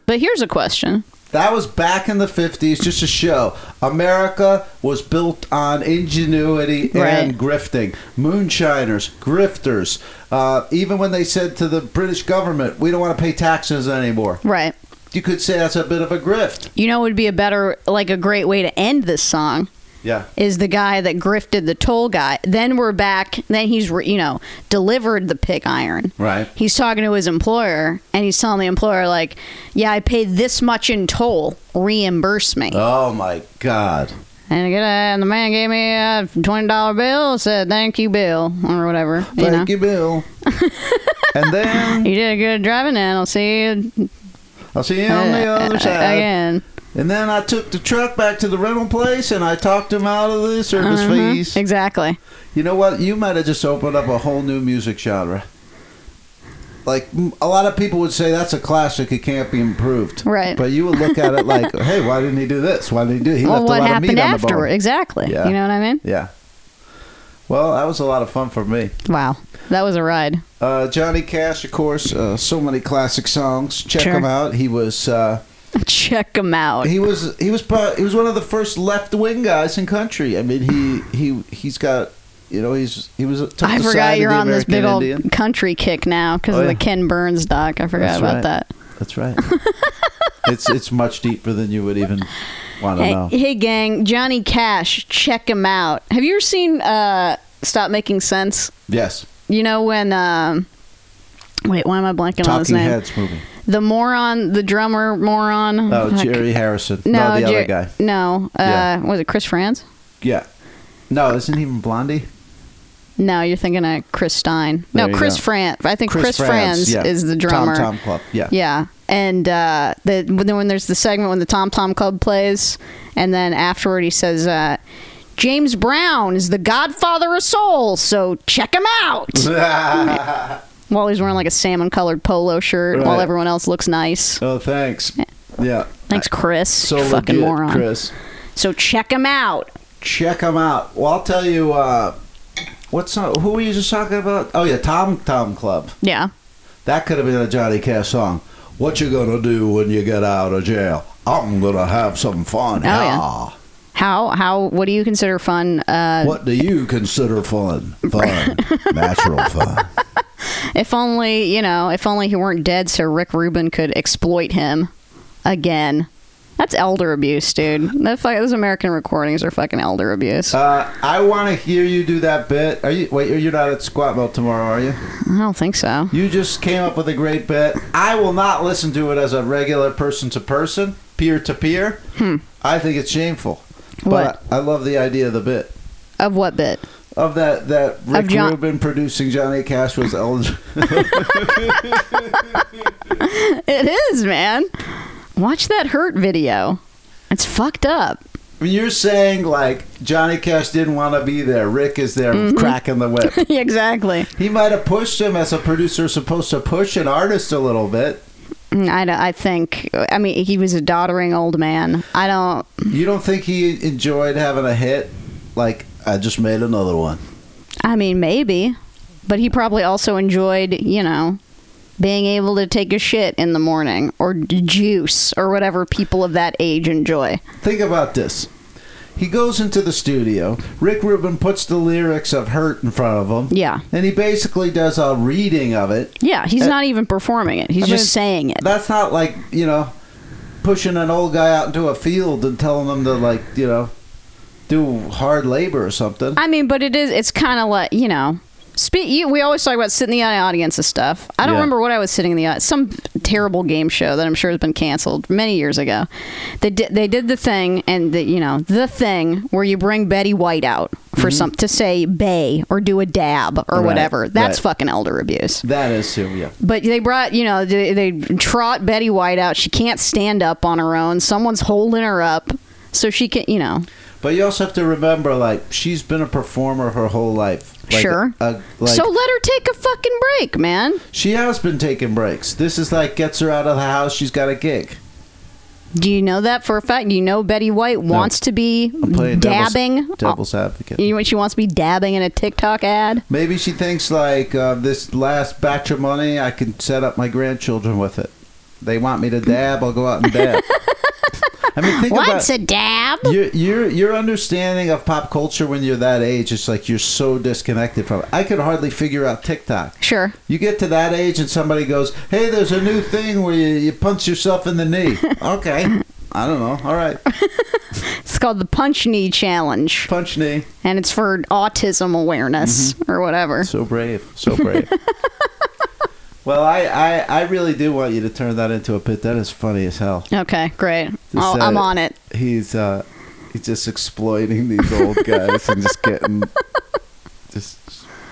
[SPEAKER 2] But here's a question.
[SPEAKER 1] That was back in the 50s, just to show America was built on ingenuity
[SPEAKER 2] Right.
[SPEAKER 1] and grifting. Moonshiners, grifters. Uh, even when they said to the British government, we don't want to pay taxes anymore,
[SPEAKER 2] Right.
[SPEAKER 1] you could say that's a bit of a grift.
[SPEAKER 2] You know what would be a better like a great way to end this song
[SPEAKER 1] Yeah.
[SPEAKER 2] is the guy that grifted the toll guy. Then we're back. Then he's re- you know delivered the pig iron.
[SPEAKER 1] Right.
[SPEAKER 2] He's talking to his employer and he's telling the employer like, "Yeah, I paid this much in toll. Reimburse me."
[SPEAKER 1] Oh my God.
[SPEAKER 2] And, I get, uh, and the man gave me a twenty dollar bill. Said, "Thank you, Bill," or whatever. you know,
[SPEAKER 1] Thank you, Bill. and then
[SPEAKER 2] you did good driving, and I'll see you
[SPEAKER 1] I'll see you on the
[SPEAKER 2] uh,
[SPEAKER 1] other side.
[SPEAKER 2] again.
[SPEAKER 1] And then I took the truck back to the rental place and I talked him out of the service
[SPEAKER 2] Mhm.
[SPEAKER 1] fees.
[SPEAKER 2] Exactly.
[SPEAKER 1] You know what? You might have just opened up a whole new music genre. Like m- a lot of people would say, that's a classic. It can't be improved.
[SPEAKER 2] Right.
[SPEAKER 1] But you would look at it like, hey, why didn't he do this? Why didn't he do? He
[SPEAKER 2] well,
[SPEAKER 1] left a
[SPEAKER 2] what
[SPEAKER 1] lot of
[SPEAKER 2] happened
[SPEAKER 1] meat on the
[SPEAKER 2] afterward?
[SPEAKER 1] bone.
[SPEAKER 2] Exactly.
[SPEAKER 1] Yeah.
[SPEAKER 2] You know what I mean?
[SPEAKER 1] Yeah. Well, that was a lot of fun for me.
[SPEAKER 2] Wow, that was a ride.
[SPEAKER 1] Uh, Johnny Cash, of course, uh, so many classic songs. Check
[SPEAKER 2] Sure.
[SPEAKER 1] him out. He was uh,
[SPEAKER 2] Check him out.
[SPEAKER 1] he was he was pro- he was one of the first left wing guys in country. I mean, he he he's got you know he's he was took
[SPEAKER 2] I
[SPEAKER 1] the
[SPEAKER 2] forgot
[SPEAKER 1] side
[SPEAKER 2] you're
[SPEAKER 1] of the
[SPEAKER 2] on this
[SPEAKER 1] American
[SPEAKER 2] big old
[SPEAKER 1] Indian.
[SPEAKER 2] country kick now because
[SPEAKER 1] Oh,
[SPEAKER 2] of the
[SPEAKER 1] yeah.
[SPEAKER 2] Ken Burns doc. I
[SPEAKER 1] That's
[SPEAKER 2] forgot about
[SPEAKER 1] right.
[SPEAKER 2] that.
[SPEAKER 1] That's right. it's it's much deeper than you would even want to
[SPEAKER 2] Hey,
[SPEAKER 1] know.
[SPEAKER 2] hey, gang, Johnny Cash, check him out. Have you ever seen uh, Stop Making Sense?
[SPEAKER 1] Yes,
[SPEAKER 2] You know when? Um, wait, why am I blanking on his
[SPEAKER 1] Talking
[SPEAKER 2] name?
[SPEAKER 1] Heads movie.
[SPEAKER 2] The moron, the drummer moron.
[SPEAKER 1] Oh,
[SPEAKER 2] Fuck.
[SPEAKER 1] Jerry Harrison.
[SPEAKER 2] No,
[SPEAKER 1] No, the
[SPEAKER 2] Jer-
[SPEAKER 1] other guy.
[SPEAKER 2] No, uh,
[SPEAKER 1] Yeah.
[SPEAKER 2] was it Chris Franz?
[SPEAKER 1] Yeah. No, isn't he even Blondie?
[SPEAKER 2] No, you're thinking of Chris Stein. No,
[SPEAKER 1] There you
[SPEAKER 2] Chris
[SPEAKER 1] go.
[SPEAKER 2] Franz. I think Chris, Franz,
[SPEAKER 1] yeah.
[SPEAKER 2] is the drummer.
[SPEAKER 1] Tom Tom Club. Yeah.
[SPEAKER 2] Yeah, and uh, the when, when there's the segment when the Tom Tom Club plays, and then afterward he says, uh, "James Brown is the Godfather of Soul, so check him out." while he's wearing like a salmon colored polo shirt, while
[SPEAKER 1] Right.
[SPEAKER 2] everyone else looks nice.
[SPEAKER 1] oh, thanks. Yeah.
[SPEAKER 2] Thanks, Chris.
[SPEAKER 1] So
[SPEAKER 2] you fucking
[SPEAKER 1] legit,
[SPEAKER 2] moron.
[SPEAKER 1] Chris.
[SPEAKER 2] So check him out.
[SPEAKER 1] Check him out. Well, I'll tell you. Uh, what's not, who were you just talking about? Oh yeah, Tom Tom Club.
[SPEAKER 2] Yeah,
[SPEAKER 1] That could have been a Johnny Cash song. What you gonna do when you get out of jail? I'm gonna have some fun.
[SPEAKER 2] Oh, yeah.
[SPEAKER 1] Ah.
[SPEAKER 2] how how what do you consider fun? Uh,
[SPEAKER 1] What do you consider fun? Fun. Natural fun.
[SPEAKER 2] if only you know, if only he weren't dead, so Rick Rubin could exploit him again. That's elder abuse, dude. That fuck, those American recordings are fucking elder abuse.
[SPEAKER 1] Uh, I want to hear you do that bit. Are you wait? You're not at Squatville tomorrow, are you?
[SPEAKER 2] I don't think so.
[SPEAKER 1] You just came up with a great bit. I will not listen to it as a regular person to person, peer to peer. I think it's shameful.
[SPEAKER 2] Hmm. What?
[SPEAKER 1] But I love the idea of the bit
[SPEAKER 2] Of what bit?
[SPEAKER 1] of that that Rick
[SPEAKER 2] John-
[SPEAKER 1] Rubin producing Johnny Cash was eligible.
[SPEAKER 2] It is, man. Watch that hurt video. It's fucked up.
[SPEAKER 1] You're saying like Johnny Cash didn't want to be there. Rick is there
[SPEAKER 2] Mm-hmm.
[SPEAKER 1] cracking the whip.
[SPEAKER 2] exactly.
[SPEAKER 1] He might have pushed him as a producer is supposed to push an artist a little bit.
[SPEAKER 2] Mm, I, don't- I think I mean he was a doddering old man. I don't.
[SPEAKER 1] You don't think he enjoyed having a hit? Like I just made another one.
[SPEAKER 2] I mean maybe, but he probably also enjoyed you know being able to take a shit in the morning or d- juice or whatever people of that age enjoy.
[SPEAKER 1] Think about this. He goes into the studio. Rick Rubin puts the lyrics of "Hurt" in front of him.
[SPEAKER 2] Yeah.
[SPEAKER 1] and he basically does a reading of it.
[SPEAKER 2] Yeah, he's
[SPEAKER 1] Uh,
[SPEAKER 2] not even performing it. He's
[SPEAKER 1] I
[SPEAKER 2] just
[SPEAKER 1] mean,
[SPEAKER 2] saying it.
[SPEAKER 1] That's not like you know pushing an old guy out into a field and telling him to like you know do hard labor or something.
[SPEAKER 2] I mean, but it is. It's kind of like you know. Speak. You, we always talk about sitting in the audience and stuff. I don't
[SPEAKER 1] Yeah.
[SPEAKER 2] remember what I was sitting in the au- some terrible game show that I'm sure has been canceled many years ago. They did they did the thing and the you know the thing where you bring Betty White out for some to say bay or do a dab or
[SPEAKER 1] Mm-hmm. Right,
[SPEAKER 2] whatever. That's
[SPEAKER 1] right.
[SPEAKER 2] fucking elder abuse.
[SPEAKER 1] that is too. Yeah.
[SPEAKER 2] But they brought, you know, they, they trot Betty White out. She can't stand up on her own. Someone's holding her up, so she can, you know.
[SPEAKER 1] But you also have to remember, like, she's been a performer her whole life. Like,
[SPEAKER 2] Sure.
[SPEAKER 1] a- like,
[SPEAKER 2] so let her take a fucking break, man.
[SPEAKER 1] she has been taking breaks. This is like gets her out of the house. She's got a gig.
[SPEAKER 2] Do you know that for a fact? Do you know Betty White wants to be
[SPEAKER 1] I'm playing devil's-
[SPEAKER 2] dabbing? Oh,
[SPEAKER 1] devil's, advocate.
[SPEAKER 2] You know what she wants to be dabbing in a TikTok ad?
[SPEAKER 1] Maybe she thinks like uh, this last batch of money, I can set up my grandchildren with it. They want me to dab. I'll go out and dab. I mean, think about
[SPEAKER 2] What's a dab?
[SPEAKER 1] your your your understanding of pop culture when you're that age is like you're so disconnected from it. I could hardly figure out TikTok.
[SPEAKER 2] Sure.
[SPEAKER 1] You get to that age and somebody goes, "Hey, there's a new thing where you, you punch yourself in the knee." okay, I don't know. All right,
[SPEAKER 2] It's called the Punch Knee Challenge,
[SPEAKER 1] punch knee.
[SPEAKER 2] and it's for autism awareness
[SPEAKER 1] Mm-hmm.
[SPEAKER 2] or whatever.
[SPEAKER 1] So brave, so brave. well, I, I I really do want you to turn that into a bit. That is funny as hell.
[SPEAKER 2] Okay, great.
[SPEAKER 1] Just,
[SPEAKER 2] I'll-
[SPEAKER 1] uh,
[SPEAKER 2] I'm on it.
[SPEAKER 1] He's uh, he's just exploiting these old guys and just getting just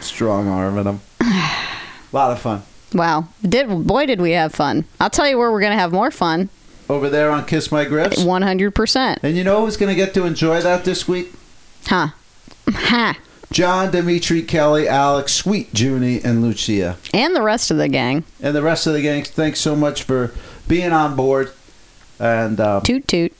[SPEAKER 1] strong arming them. A lot of fun
[SPEAKER 2] Wow. Did boy did we have fun. I'll tell you where we're gonna have more fun.
[SPEAKER 1] over there on Kiss My Grips.
[SPEAKER 2] One hundred percent.
[SPEAKER 1] And you know who's going to get to enjoy that this week?
[SPEAKER 2] Huh. Huh.
[SPEAKER 1] John, Dimitri, Kelly, Alex, Sweet Junie, and Lucia.
[SPEAKER 2] And the rest of the gang.
[SPEAKER 1] And the rest of the gang, thanks so much for being on board and uh,
[SPEAKER 2] Toot toot.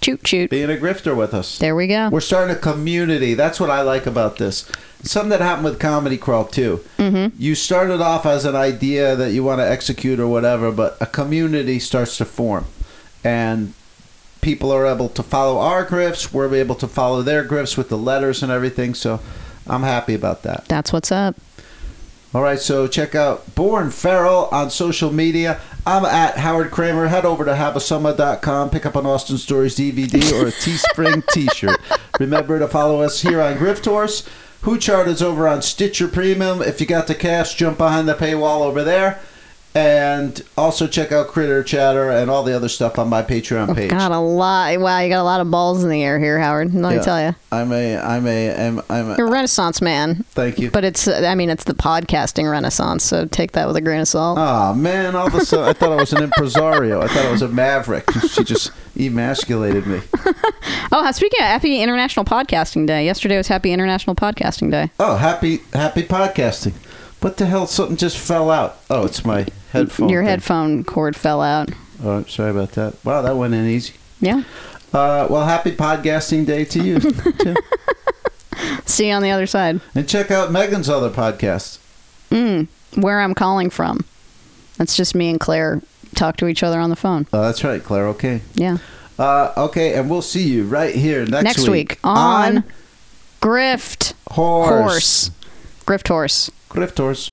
[SPEAKER 2] Choot choot.
[SPEAKER 1] being a grifter with us.
[SPEAKER 2] There we go.
[SPEAKER 1] We're starting a community. That's what I like about this. Something that happened with Comedy Crawl, too. Mm-hmm. You started off as an idea that you want to execute or whatever, but a community starts to form. And people are able to follow our grips. We're able to follow their grips with the letters and everything. So I'm happy about that.
[SPEAKER 2] That's what's up.
[SPEAKER 1] All right, so check out Born Feral on social media. I'm at Howard Kramer. Head over to habasama.com, pick up an Austin Stories DVD or a Teespring t shirt. Remember to follow us here on Grift Horse. Who Chart is over on Stitcher Premium. If you got the cash, jump behind the paywall over there. And also check out Critter Chatter and all the other stuff on my Patreon page.
[SPEAKER 2] Got a lot. Wow, you got a lot of balls in the air here, Howard. Let
[SPEAKER 1] Yeah.
[SPEAKER 2] me tell you,
[SPEAKER 1] I'm a, I'm a, I'm, I'm a,
[SPEAKER 2] you're a Renaissance man.
[SPEAKER 1] thank you.
[SPEAKER 2] But it's, uh, I mean, it's the podcasting Renaissance. So take that with a grain of salt.
[SPEAKER 1] Oh man! All of a sudden, I thought I was an impresario. I thought I was a maverick. She just emasculated me.
[SPEAKER 2] oh, ha- speaking of Happy International Podcasting Day, yesterday was Happy International Podcasting Day.
[SPEAKER 1] Oh, happy, happy podcasting! What the hell? Something just fell out. Oh, it's my headphone.
[SPEAKER 2] Your
[SPEAKER 1] thing.
[SPEAKER 2] headphone cord fell out.
[SPEAKER 1] Oh, I'm sorry about that. Wow, that went in easy.
[SPEAKER 2] Yeah.
[SPEAKER 1] Uh, well, happy podcasting day to you, too.
[SPEAKER 2] See you on the other side. Mm,
[SPEAKER 1] and check out Megan's other podcast.
[SPEAKER 2] Where I'm calling from. That's just me and Claire talk to each other on the phone.
[SPEAKER 1] Oh, that's right, Claire. Okay.
[SPEAKER 2] Yeah.
[SPEAKER 1] Uh, okay, and we'll see you right here next,
[SPEAKER 2] Next week, on Grift
[SPEAKER 1] horse.
[SPEAKER 2] Horse. Grift Horse.
[SPEAKER 1] Grift horse.